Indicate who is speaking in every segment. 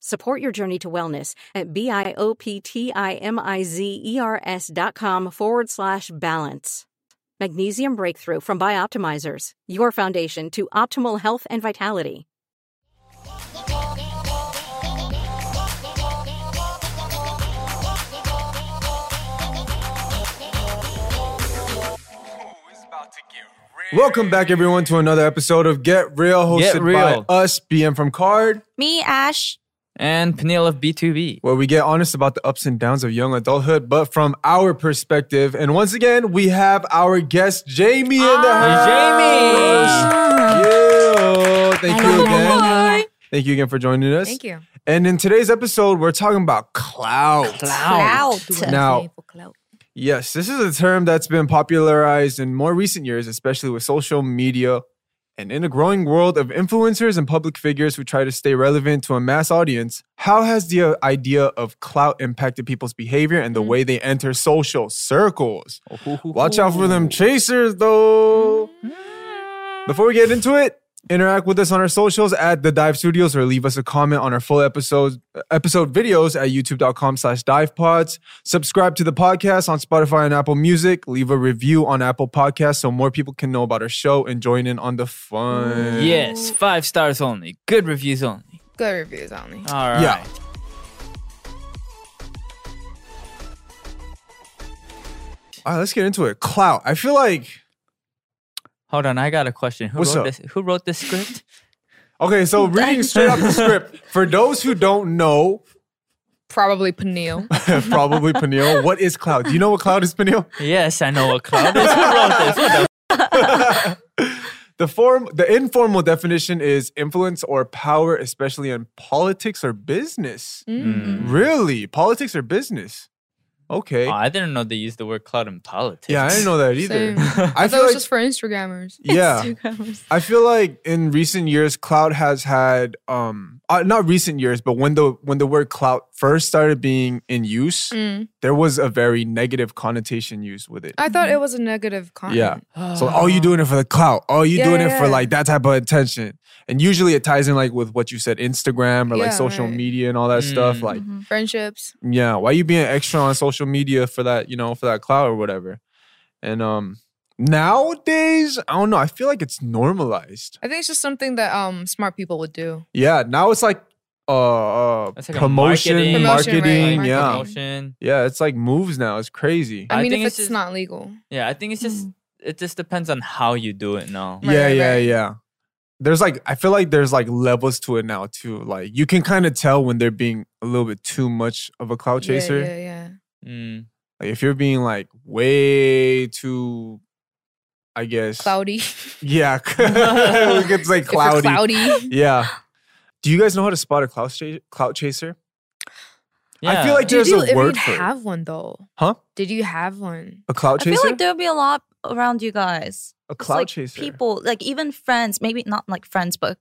Speaker 1: Support your journey to wellness at B-I-O-P-T-I-M-I-Z-E-R-S E dot com forward slash balance. Magnesium Breakthrough from Bioptimizers, your foundation to optimal health and vitality.
Speaker 2: Welcome back, everyone, to another episode of Get Real, hosted
Speaker 3: Get Real.
Speaker 2: by us, BM from Card,
Speaker 4: Me, Ash.
Speaker 3: and Peniel of B2B.
Speaker 2: where we get honest about the ups and downs of young adulthood, but from our perspective. And once again, we have our guest, Jamie, in the
Speaker 3: Ah.
Speaker 2: house. Yeah. Thank you again. Thank you again for joining us.
Speaker 4: Thank you.
Speaker 2: And in today's episode, we're talking about clout.
Speaker 4: Clout.
Speaker 2: Now, yes, this is a term that's been popularized in more recent years, especially with social media and in the growing world of influencers and public figures who try to stay relevant to a mass audience. How has the uh, idea of clout impacted people's behavior and the way they enter social circles? Watch out for them chasers, though. Before we get into it, interact with us on our socials at the Dive Studios or leave us a comment on our full episodes episode videos at youtube.com slash dive pods. Subscribe to the podcast on Spotify and Apple Music. Leave a review on Apple Podcasts so more people can know about our show and join in on the fun.
Speaker 3: Yes, five stars only. Good reviews only.
Speaker 4: Good reviews only.
Speaker 3: All right.
Speaker 2: Yeah. All right, let's get into it. Clout. I feel like
Speaker 3: Hold on, I got a question. Who
Speaker 2: What's
Speaker 3: wrote
Speaker 2: up?
Speaker 3: this? Who wrote this script?
Speaker 2: okay. So reading straight off the script for those who don't know,
Speaker 4: Probably Peniel.
Speaker 2: probably Peniel. What is clout? Do you know what clout is, Peniel?
Speaker 3: yes, I know what cloud is. Who wrote this? What the-
Speaker 2: The form, the informal definition is influence or power, especially in politics or business.
Speaker 4: Mm.
Speaker 2: Really, politics or business? Okay.
Speaker 3: Oh, I didn't know they used the word cloud in politics.
Speaker 2: yeah, I didn't know that either.
Speaker 4: Same. I,
Speaker 2: I
Speaker 4: thought it
Speaker 2: feel
Speaker 4: was
Speaker 2: like,
Speaker 4: just for Instagrammers.
Speaker 2: yeah, I feel like in recent years, clout has had, um, uh, not recent years, but when the when the word clout first started being in use,
Speaker 4: Mm.
Speaker 2: there was a very negative connotation used with it.
Speaker 4: I thought it was a negative comment.
Speaker 2: Yeah. So oh, you doing it for the clout. Oh, you
Speaker 4: Yeah,
Speaker 2: doing it
Speaker 4: yeah,
Speaker 2: for
Speaker 4: yeah.
Speaker 2: like that type of attention. And usually it ties in like with what you said, Instagram or
Speaker 4: Yeah,
Speaker 2: like social
Speaker 4: right.
Speaker 2: media and all that stuff.
Speaker 3: Mm.
Speaker 2: Like,
Speaker 4: Friendships.
Speaker 2: yeah, why you being extra on social media for that, you know, for that clout or whatever. And um nowadays, I don't know. I feel like it's normalized.
Speaker 4: I think it's just something that um smart people would do.
Speaker 2: Yeah. Now it's like uh, uh
Speaker 3: That's like a
Speaker 2: promotion, marketing,
Speaker 3: marketing-
Speaker 4: Promotion, right,
Speaker 2: yeah.
Speaker 4: marketing.
Speaker 3: Promotion.
Speaker 2: Yeah, it's like moves now. It's crazy.
Speaker 4: I,
Speaker 3: I
Speaker 4: mean, if
Speaker 3: think
Speaker 4: it's,
Speaker 3: it's just-
Speaker 4: not legal.
Speaker 3: Yeah, I think it's just it just depends on how you do it now.
Speaker 4: Right,
Speaker 2: yeah,
Speaker 4: right,
Speaker 2: yeah,
Speaker 4: right.
Speaker 2: yeah. There's like I feel like there's like levels to it now too. Like you can kind of tell when they're being a little bit too much of a cloud Oh, chaser.
Speaker 4: Yeah, yeah, yeah.
Speaker 3: Mm.
Speaker 2: Like if you're being like way too, I guess.
Speaker 4: Cloudy.
Speaker 2: Yeah, we could say
Speaker 4: If you're
Speaker 2: cloudy.
Speaker 4: cloudy.
Speaker 2: Yeah. Do you guys know how to spot a cloud cha- clout chaser? I
Speaker 3: Yeah.
Speaker 2: feel like
Speaker 4: Did
Speaker 2: there's
Speaker 4: you
Speaker 2: a
Speaker 4: even
Speaker 2: word for it.
Speaker 4: have one though?
Speaker 2: Huh?
Speaker 4: Did you have one?
Speaker 2: A clout
Speaker 5: I
Speaker 2: chaser?
Speaker 5: feel like there'll be a lot around you guys.
Speaker 2: a
Speaker 5: It's
Speaker 2: clout
Speaker 5: like
Speaker 2: chaser.
Speaker 5: People, like even friends, maybe not like friends, but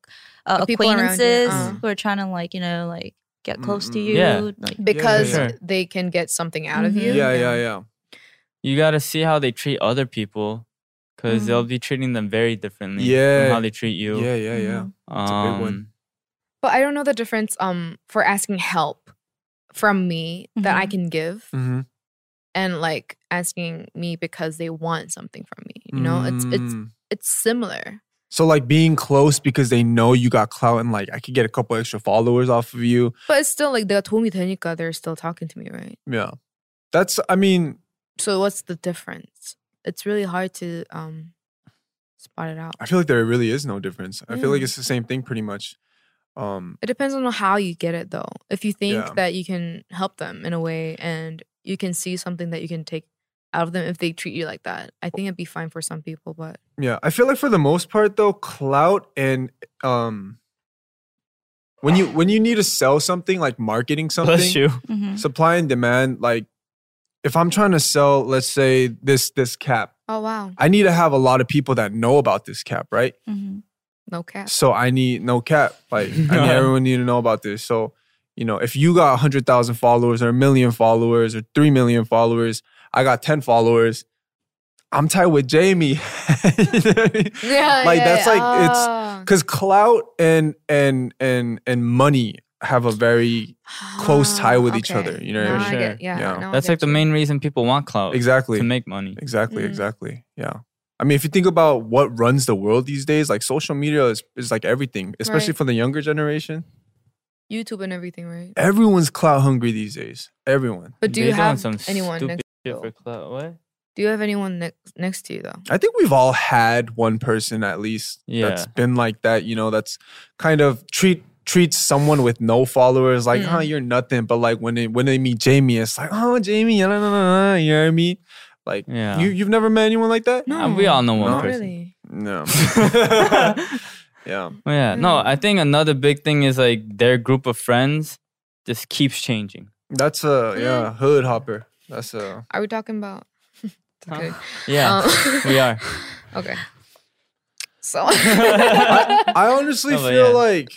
Speaker 5: uh,
Speaker 4: The people around you,
Speaker 5: acquaintances
Speaker 4: uh.
Speaker 5: who are trying to like, you know, like get close to
Speaker 2: Mm,
Speaker 5: you.
Speaker 3: yeah.
Speaker 5: Like,
Speaker 4: Because
Speaker 3: Sure.
Speaker 4: they can get something out of
Speaker 5: Mhm.
Speaker 4: you.
Speaker 2: yeah, yeah, yeah.
Speaker 3: you gotta see how they treat other people. because they'll be treating them very differently.
Speaker 2: Yeah.
Speaker 3: From how they treat you.
Speaker 2: Yeah, yeah, yeah. it's a big one.
Speaker 3: Um,
Speaker 4: But I don't know the difference um for asking help from me that I
Speaker 5: Mhm.
Speaker 4: can give
Speaker 2: Mm-hmm.
Speaker 4: and like asking me because they want something from me. You know, it's
Speaker 2: Mm.
Speaker 4: it's it's similar.
Speaker 2: so like being close because they know you got clout and like I could get a couple extra followers off of you.
Speaker 4: But it's still like the 도움이 되니까 they're still talking to me, right?
Speaker 2: Yeah, that's. I mean,
Speaker 4: So what's the difference? It's really hard to um spot it out.
Speaker 2: I feel like there really is no difference. I feel like
Speaker 3: Mm.
Speaker 4: Yeah.
Speaker 2: it's the same thing pretty much. Um,
Speaker 4: It depends on how you get it though. If you think
Speaker 2: Yeah.
Speaker 4: that you can help them in a way and you can see something that you can take out of them if they treat you like that, I think it'd be fine for some people, but
Speaker 2: yeah, I feel like for the most part though, clout and um, when you when you need to sell something like marketing something,
Speaker 3: bless you.
Speaker 5: Mhm.
Speaker 2: supply and demand. Like, if I'm trying to sell, let's say this this cap,
Speaker 4: oh wow,
Speaker 2: I need to have a lot of people that know about this cap, right?
Speaker 5: Mhm.
Speaker 4: no cap.
Speaker 2: So I need no cap. Like I need everyone need to know about this. So you know, if you got hundred thousand followers or a million followers or three million followers, I got ten followers. I'm tied with Jamie.
Speaker 4: Yeah,
Speaker 2: like
Speaker 4: yeah,
Speaker 2: that's
Speaker 4: yeah.
Speaker 2: like it's
Speaker 4: Ah.
Speaker 2: because clout and and and and money have a very close tie
Speaker 4: Ah,
Speaker 2: with each other, you know what I
Speaker 4: Now
Speaker 3: mean?
Speaker 4: get-
Speaker 3: Sure.
Speaker 4: yeah,
Speaker 2: Yeah.
Speaker 4: now I
Speaker 3: That's like
Speaker 4: get
Speaker 3: the
Speaker 4: you.
Speaker 3: main reason people want clout.
Speaker 2: exactly
Speaker 3: To make money.
Speaker 2: Exactly,
Speaker 4: Mm.
Speaker 2: exactly. Yeah. I mean, if you think about what runs the world these days, like social media is, is like everything, especially
Speaker 4: Right.
Speaker 2: for the younger generation.
Speaker 4: YouTube and everything, right?
Speaker 2: Everyone's clout hungry these days. Everyone.
Speaker 4: But do
Speaker 3: They
Speaker 4: you
Speaker 3: doing
Speaker 4: have
Speaker 3: some
Speaker 4: anyone
Speaker 3: stupid
Speaker 4: next?
Speaker 3: shit
Speaker 4: though.
Speaker 3: for clout? What?
Speaker 4: Do you have anyone next next to you though?
Speaker 2: I think we've all had one person at least that's
Speaker 3: Yeah.
Speaker 2: been like that, you know, that's kind of treat treats someone with no followers like,
Speaker 4: Mm.
Speaker 2: oh, you're nothing. But like when they when they meet Jamie, it's like, oh Jamie, you know what I mean? Like
Speaker 3: Yeah.
Speaker 2: you you've never met anyone like that?
Speaker 3: Uh, we all know one
Speaker 4: not
Speaker 3: person.
Speaker 4: really.
Speaker 2: No. yeah.
Speaker 3: Well, Oh, yeah. No,
Speaker 4: Mm-hmm.
Speaker 3: I think another big thing is like their group of friends just keeps changing.
Speaker 2: That's a
Speaker 4: Mm.
Speaker 2: yeah, hood hopper. That's a
Speaker 4: Are we talking about?
Speaker 3: Huh?
Speaker 4: okay.
Speaker 3: Yeah.
Speaker 4: Um,
Speaker 3: we are.
Speaker 4: okay. So
Speaker 2: I honestly
Speaker 3: No, but
Speaker 2: feel
Speaker 3: Oh, yeah.
Speaker 2: like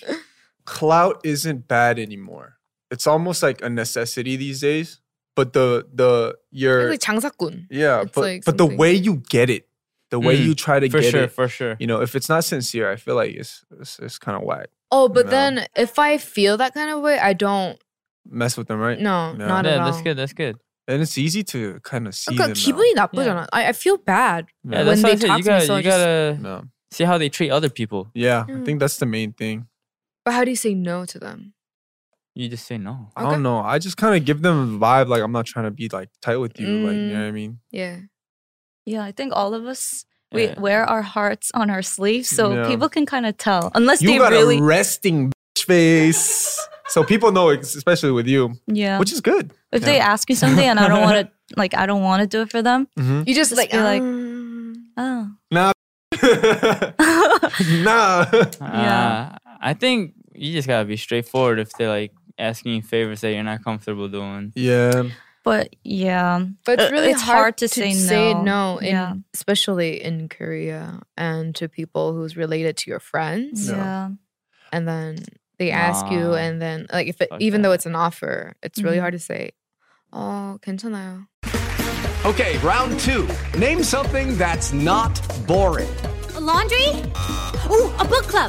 Speaker 2: clout isn't bad anymore. It's almost like a necessity these days. But the the your
Speaker 4: like 장사꾼.
Speaker 2: yeah,
Speaker 4: it's
Speaker 2: but
Speaker 4: like
Speaker 2: but the
Speaker 4: something-
Speaker 2: way you get it, the way
Speaker 3: Mm,
Speaker 2: you try to
Speaker 3: For
Speaker 2: get
Speaker 3: sure,
Speaker 2: it,
Speaker 3: for sure.
Speaker 2: you know, if it's not sincere, I feel like it's it's, it's kind of whack.
Speaker 4: Oh, but
Speaker 2: No.
Speaker 4: then if I feel that kind of way, I don't.
Speaker 2: Mess with them, right?
Speaker 4: No,
Speaker 2: No.
Speaker 4: not at
Speaker 3: yeah,
Speaker 4: all.
Speaker 3: that's good. That's good.
Speaker 2: And it's easy to kind of see
Speaker 4: 그러니까
Speaker 2: them.
Speaker 4: 기분이
Speaker 2: now.
Speaker 4: 나쁘잖아. I, I feel bad.
Speaker 3: Yeah,
Speaker 2: Yeah.
Speaker 3: that's
Speaker 4: When
Speaker 3: what I
Speaker 4: they
Speaker 3: said.
Speaker 4: talk
Speaker 3: You
Speaker 4: to me,
Speaker 3: gotta,
Speaker 4: so I
Speaker 3: you
Speaker 4: just-
Speaker 3: gotta
Speaker 2: No.
Speaker 3: see how they treat other people.
Speaker 2: Yeah, I
Speaker 4: Mm.
Speaker 2: think that's the main thing.
Speaker 4: But how do you say no to them?
Speaker 3: You just say no.
Speaker 2: I
Speaker 4: Okay.
Speaker 2: don't know. I just kind of give them a vibe like I'm not trying to be like tight with you. Like you
Speaker 4: Mm.
Speaker 2: know what I mean?
Speaker 4: Yeah.
Speaker 5: Yeah, I think all of us we
Speaker 3: Yeah.
Speaker 5: wear our hearts on our sleeves, so
Speaker 2: Yeah.
Speaker 5: people can kind of tell. Unless
Speaker 2: You
Speaker 5: they
Speaker 2: got
Speaker 5: really,
Speaker 2: a resting bitch face. so people know, ex- especially with you,
Speaker 5: yeah.
Speaker 2: which is good.
Speaker 5: if they ask me something and I don't want to, like, I don't want to do it for them.
Speaker 2: Mm-hmm.
Speaker 4: You just,
Speaker 5: Just
Speaker 4: like
Speaker 5: be like-
Speaker 4: um,
Speaker 5: Oh,
Speaker 2: nah.
Speaker 5: Yeah.
Speaker 3: Uh, I think you just gotta be straightforward if they're like asking you favors that you're not comfortable doing.
Speaker 2: Yeah.
Speaker 5: but yeah,
Speaker 4: But it's
Speaker 5: Uh,
Speaker 4: really
Speaker 5: it's
Speaker 4: hard,
Speaker 5: hard to
Speaker 4: to
Speaker 5: say no.
Speaker 4: in,
Speaker 5: Yeah.
Speaker 4: especially in Korea and to people who's related to your friends.
Speaker 2: No.
Speaker 5: yeah,
Speaker 4: And then they ask you,
Speaker 3: Nah.
Speaker 4: and then like if it,
Speaker 3: Fuck
Speaker 4: even though
Speaker 3: that.
Speaker 4: it's an offer, it's really
Speaker 5: Mhm.
Speaker 4: hard to say, "Oh, 괜찮아요."
Speaker 6: Okay, round two. Name something that's not boring.
Speaker 7: A laundry? Ooh, a book club.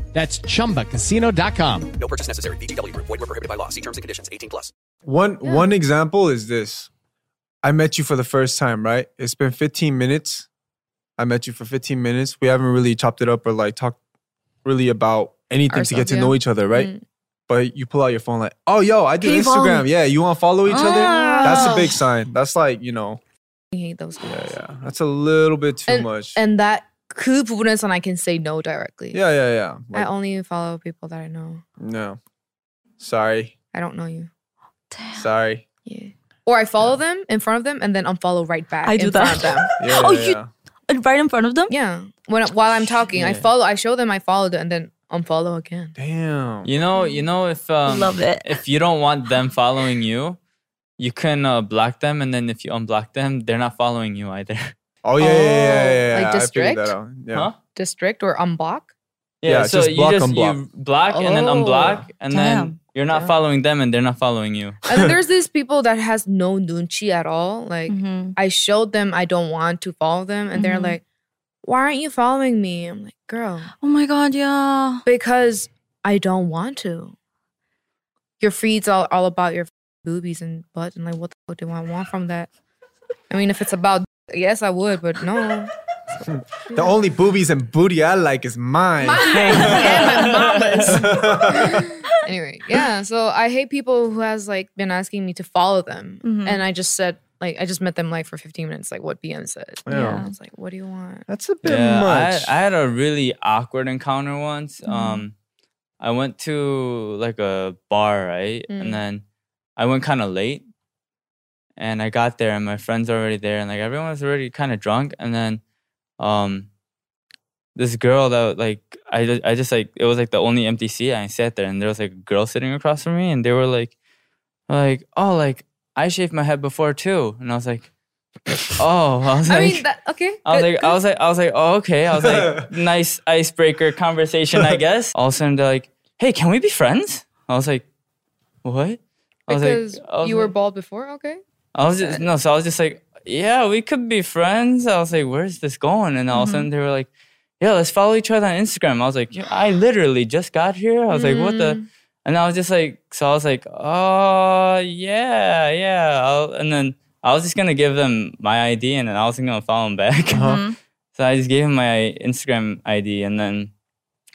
Speaker 8: That's chumbacasino.com.
Speaker 9: No purchase necessary. VGW Group. Void where prohibited by law. See terms and conditions. 18 plus.
Speaker 2: One one example is this. I met you for the first time, right? It's been 15 minutes. I met you for 15 minutes. We haven't really chopped it up or like talked really about anything to get
Speaker 4: Ourselves,
Speaker 2: to know
Speaker 4: yeah.
Speaker 2: each other, right?
Speaker 4: Mm.
Speaker 2: but you pull out your phone like, oh yo, I do
Speaker 5: Can you follow
Speaker 2: Instagram. Yeah, you want to follow each other?
Speaker 4: Ah.
Speaker 10: Ah.
Speaker 2: That's a
Speaker 5: Oh.
Speaker 2: big sign. That's like you know,
Speaker 4: I hate those guys.
Speaker 2: yeah, yeah. That's a little bit too much.
Speaker 4: And that could put us on I can say no directly.
Speaker 2: yeah, yeah, yeah.
Speaker 4: I
Speaker 2: Like,
Speaker 4: only follow people that I know.
Speaker 2: no, sorry,
Speaker 4: I don't know you.
Speaker 2: sorry.
Speaker 4: Yeah. Or I follow them in front of them and then unfollow right back.
Speaker 5: I do
Speaker 4: in front of
Speaker 5: that.
Speaker 4: them.
Speaker 2: Yeah,
Speaker 5: Oh,
Speaker 2: yeah,
Speaker 5: you-
Speaker 2: yeah.
Speaker 5: And right in front of them.
Speaker 4: Yeah. When while I'm talking, I
Speaker 2: Shit.
Speaker 4: follow. I show them I followed it and then unfollow again.
Speaker 2: Damn.
Speaker 3: You know, you know if um,
Speaker 5: Love it.
Speaker 3: if you don't want them following you, you can uh, block them, and then if you unblock them, they're not following you either.
Speaker 2: Oh yeah, yeah, yeah, yeah. yeah,
Speaker 4: like
Speaker 2: yeah. I figured that
Speaker 4: district?
Speaker 2: out. Yeah.
Speaker 3: Huh?
Speaker 4: District or unblock.
Speaker 3: Yeah.
Speaker 2: Yeah,
Speaker 3: so
Speaker 2: just
Speaker 3: you
Speaker 2: block,
Speaker 3: just you
Speaker 2: unblock.
Speaker 3: block and then
Speaker 4: Oh,
Speaker 3: unblock, and then
Speaker 5: damn.
Speaker 3: you're not
Speaker 4: Damn.
Speaker 3: following them, and they're not following you.
Speaker 4: And then there's these people that has no nunchi at all. Like
Speaker 5: Mhm.
Speaker 4: I showed them I don't want to follow them, and they're
Speaker 5: Mhm.
Speaker 4: like, "Why aren't you following me?" I'm like, "Girl,
Speaker 5: Oh my god, yeah.
Speaker 4: because I don't want to." Your feed's all, all about your boobies and butt, and like, what the fuck do I want from that? I mean, if it's about, yes, I would, but no.
Speaker 2: The only boobies and booty I like is mine.
Speaker 4: anyway, yeah. So I hate people who has like been asking me to follow them,
Speaker 5: Mhm.
Speaker 4: and I just said like I just met them like for 15 minutes, like what BM said.
Speaker 2: Yeah.
Speaker 4: I was like, "What do you want?"
Speaker 2: That's a bit
Speaker 3: Yeah, I had,
Speaker 2: much.
Speaker 3: I had a really awkward encounter once. Um, I went to like a bar, right?
Speaker 4: Mm.
Speaker 3: And then I went kind of late, and I got there, and my friends were already there, and like everyone was already kind of drunk. And then, um, this girl that like I ju- I just like it was like the only empty seat. and I sat there, and there was like a girl sitting across from me, and they were like, like oh like I shaved my head before too, and I was like. Oh, I was
Speaker 4: I
Speaker 3: like,
Speaker 4: mean, that okay.
Speaker 3: I was
Speaker 4: good,
Speaker 3: like, I was like, I was like, oh, okay. I was like, nice icebreaker conversation, I guess. All of a sudden, they're like, hey, can we be friends? I was like, what? I was
Speaker 4: because
Speaker 3: like, I was
Speaker 4: you were
Speaker 3: like-
Speaker 4: bald before. Okay,
Speaker 3: I was just no, so I was just like, yeah, we could be friends. I was like, where's this going? And all of a sudden, they were like, yeah, let's follow each other on Instagram. I was like, yeah, I literally just got here. I was like, what the? And I was just like, so I was like, oh yeah, yeah. I'll, and then I was just gonna give them my ID, and then I wasn't gonna follow them back. So I just gave him my Instagram ID, and then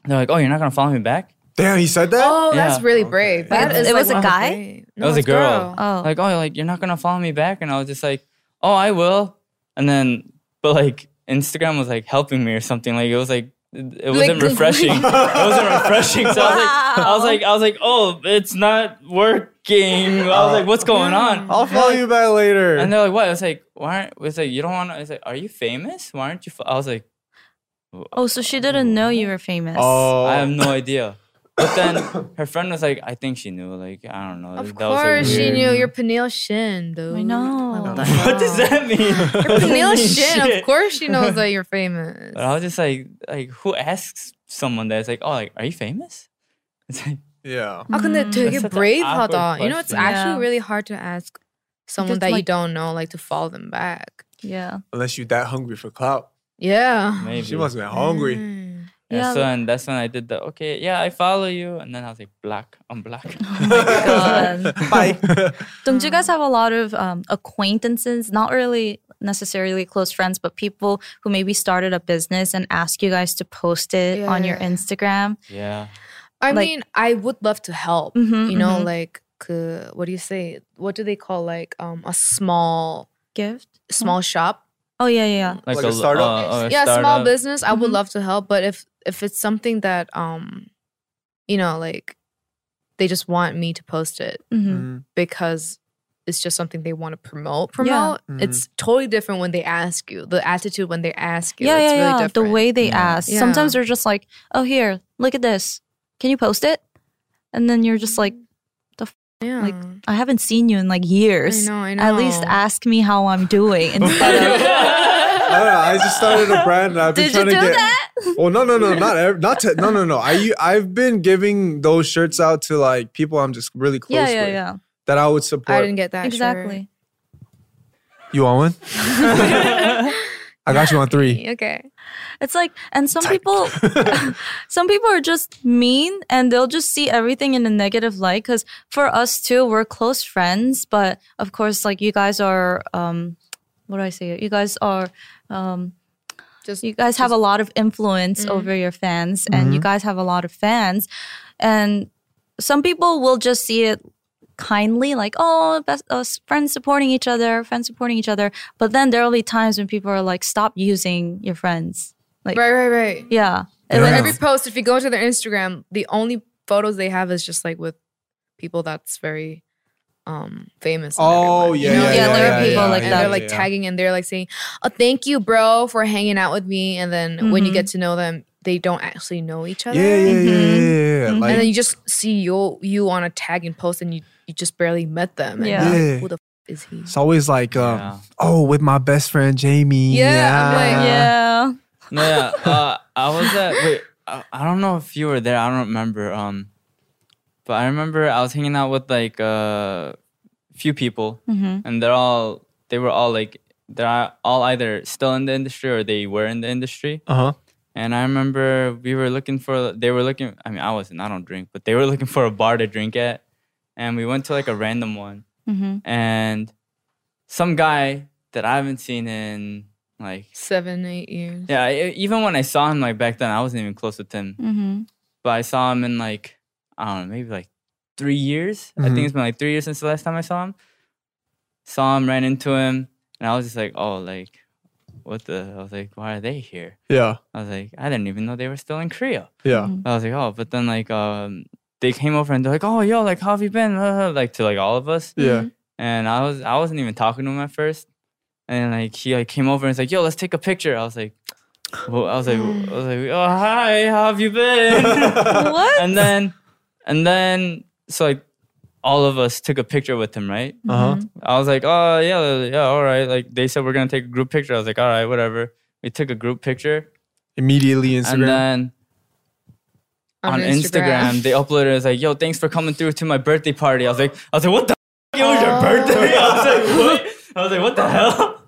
Speaker 3: they're like, "Oh, you're not gonna follow me back?"
Speaker 2: Damn, he said that?
Speaker 4: oh, that's
Speaker 3: Yeah.
Speaker 4: really brave. That
Speaker 5: It-
Speaker 4: is
Speaker 5: it
Speaker 4: like,
Speaker 5: was a
Speaker 4: one of the
Speaker 5: guy?
Speaker 4: brave-
Speaker 3: It was a
Speaker 4: it's
Speaker 3: girl.
Speaker 5: Oh.
Speaker 3: Like, "Oh, like you're not gonna follow me back?" And I was just like, "Oh, I will." And then, but like Instagram was like helping me or something. Like it was like it wasn't
Speaker 4: Like-
Speaker 3: refreshing. it wasn't refreshing. So I was like, I was like, I was like, "Oh, it's not working." I was like, "What's going on?"
Speaker 2: I'll follow you back later.
Speaker 3: And they're like, "What?" I was like, "Why?" Aren't, it's like you don't want. to It's like, "Are you famous? Why aren't you?" Fo-? I was like,
Speaker 5: Oh, so she didn't know you were famous.
Speaker 2: oh,
Speaker 3: I have no idea. But then her friend was like, I think she knew. Like, I don't know.
Speaker 4: Of
Speaker 3: That was, like,
Speaker 4: course, she
Speaker 3: weird.
Speaker 4: knew your pineal shin, dude.
Speaker 5: I know.
Speaker 4: Like,
Speaker 3: What does
Speaker 4: hell?
Speaker 3: that mean?
Speaker 4: Your pineal
Speaker 3: Holy
Speaker 4: shin.
Speaker 3: shit.
Speaker 4: Of course, she knows that you're famous.
Speaker 3: But I was just like, like, who asks someone that's like, oh, like, are you famous? It's like,
Speaker 2: yeah.
Speaker 4: How can they
Speaker 5: Mm-hmm.
Speaker 4: take
Speaker 3: Mm, That's
Speaker 4: it
Speaker 3: such an
Speaker 4: brave? How
Speaker 3: awkward
Speaker 4: the you know it's
Speaker 3: question.
Speaker 4: actually
Speaker 5: Yeah.
Speaker 4: really hard to ask someone
Speaker 5: it's
Speaker 4: that you
Speaker 5: like-
Speaker 4: don't know like to follow them back.
Speaker 5: Yeah.
Speaker 2: Unless you're that hungry for clout.
Speaker 4: Yeah.
Speaker 3: maybe.
Speaker 2: She must have been hungry.
Speaker 4: Mm.
Speaker 3: Yeah,
Speaker 5: Yeah.
Speaker 3: So and that's when I did the okay, yeah, I follow you, and then I was like, black, I'm black.
Speaker 5: God.
Speaker 2: Bye.
Speaker 5: Don't
Speaker 4: Hmm.
Speaker 5: you guys have a lot of um, acquaintances, not really necessarily close friends, but people who maybe started a business and ask you guys to post it on your
Speaker 4: Yeah.
Speaker 5: Instagram?
Speaker 3: yeah.
Speaker 4: I
Speaker 5: Like-
Speaker 4: mean, I would love to help.
Speaker 3: Mm-hmm,
Speaker 5: Mhm,
Speaker 4: you know,
Speaker 5: mhm.
Speaker 4: like uh, what do you say? What do they call like um a small
Speaker 5: Gift?
Speaker 4: small
Speaker 3: Mm.
Speaker 4: shop?
Speaker 5: Oh, yeah, yeah, yeah.
Speaker 2: Like a startup?
Speaker 3: uh, a
Speaker 4: yeah, small
Speaker 3: startup.
Speaker 4: business. I
Speaker 3: Mm-hmm.
Speaker 4: would
Speaker 5: Mhm.
Speaker 4: love to help, but if if it's something that um, you know, like they just want me to post it
Speaker 5: hmm
Speaker 2: Mm,
Speaker 4: because it's just something they want to promote
Speaker 5: Yeah.
Speaker 4: promote it's totally different when they ask you the attitude when they ask you
Speaker 5: Yeah,
Speaker 4: it's
Speaker 5: yeah,
Speaker 4: really
Speaker 5: yeah.
Speaker 4: different Mm-hmm.
Speaker 5: The way they
Speaker 3: Yeah.
Speaker 5: ask.
Speaker 4: Yeah.
Speaker 5: Sometimes they're just like, oh, here, look at this. Can you post it? And then you're just like,
Speaker 4: yeah.
Speaker 5: like, I haven't seen you in like years.
Speaker 4: I know, I
Speaker 5: At least
Speaker 4: know.
Speaker 5: ask me how I'm doing instead of.
Speaker 2: I don't know. I just started a brand and I've been
Speaker 5: Did you
Speaker 2: trying
Speaker 5: do
Speaker 2: to get.
Speaker 5: that?
Speaker 2: Well, no, no, no, not ev- not to, no, no, no. I u- I've been giving those shirts out to like people I'm just really close
Speaker 5: Yeah, yeah,
Speaker 2: with
Speaker 5: yeah.
Speaker 2: that I would
Speaker 4: i
Speaker 2: support.
Speaker 4: didn't get that shirt.
Speaker 5: Exactly.
Speaker 2: you want one? I got you on three.
Speaker 4: okay
Speaker 5: It's like, and some people, some people are just mean and they'll just see everything in a negative light. Cause for us too, we're close friends, but of course, like you guys are, um, what do I say? You guys are, um,
Speaker 4: just
Speaker 5: you guys have a lot of influence over your fans and you guys have a lot of fans and some people will just see it kindly, like, oh, best, uh, friends supporting each other, friends supporting each other. But then there will be times when people are like, stop using your friends. Like,
Speaker 4: Right, right, right.
Speaker 5: yeah. And
Speaker 4: Like
Speaker 5: then
Speaker 4: every
Speaker 5: it's-
Speaker 4: post, if you go to their Instagram, the only photos they have is just like with people that's very um famous. and
Speaker 2: Oh,
Speaker 4: everyone,
Speaker 2: yeah,
Speaker 5: yeah, Yeah, there are yeah, people yeah, like
Speaker 4: and
Speaker 5: that.
Speaker 4: They're like tagging and they're like saying, "Oh, thank you, bro, for hanging out with me." And then when you
Speaker 5: Mhm.
Speaker 4: get to know them, they don't actually know each
Speaker 2: Yeah,
Speaker 4: other.
Speaker 2: yeah, yeah, yeah, yeah. yeah, yeah.
Speaker 5: Mhm.
Speaker 4: Mm-hmm. and then
Speaker 2: Like,
Speaker 4: you just see you you on a tag and post, and you you just barely met them. And
Speaker 5: Yeah.
Speaker 4: you're
Speaker 2: Yeah.
Speaker 4: like, who the f- is he?
Speaker 2: it's always like, um,
Speaker 3: Yeah.
Speaker 2: oh, with my best friend Jamie.
Speaker 4: Yeah, I'm like,
Speaker 5: yeah.
Speaker 3: No, yeah. Uh, I was at. Wait, I, I don't know if you were there. I don't remember. Um, but I remember I was hanging out with like a few people,
Speaker 5: Mhm.
Speaker 4: Mm-hmm.
Speaker 3: and they're all they were all like they're all either still in the industry or they were in the industry.
Speaker 2: Uh huh.
Speaker 3: And I remember we were looking for. They were looking. I mean, I wasn't. I don't drink, but they were looking for a bar to drink at, and we went to like a random one
Speaker 5: Mhm.
Speaker 3: and some guy that I haven't seen in like
Speaker 4: Seven, eight years.
Speaker 3: yeah, e- even when I saw him like back then, I wasn't even close with him.
Speaker 5: Mhm.
Speaker 3: But I saw him in like I don't know, maybe like three years. I
Speaker 2: Mhm.
Speaker 3: think it's been like three years since the last time I saw him. Saw him, ran into him, and I was just like, oh, like what the? I was like, why are they here?
Speaker 2: Yeah,
Speaker 3: I was like, I didn't even know they were still in Korea.
Speaker 2: yeah.
Speaker 3: I was like, oh, but then like um, they came over and they're like, oh, yo, like how have you been? Uh, like to like all of us
Speaker 4: Mm-hmm.
Speaker 2: Yeah.
Speaker 3: and I was I wasn't even talking to him at first, and like he like came over and was like, "Yo, let's take a picture." I was like, well, I was like, I was like, "Oh, hi, how have you been?"
Speaker 4: Mm-hmm.
Speaker 5: Uh, What?
Speaker 3: and then, and then so like all of us took a picture with him, right?
Speaker 2: Uh huh.
Speaker 3: I was like, "Oh yeah, yeah, all right." Like they said we're gonna take a group picture. I was like, "All right, whatever." We took a group picture,
Speaker 2: Immediately
Speaker 3: and
Speaker 2: Instagram.
Speaker 3: then on, Instagram. they uploaded it as like, "Yo, thanks for coming through to my birthday party." I was like, "I was like, what the? F- it was your birthday?" I was like, "What?" I was like, "What the hell?"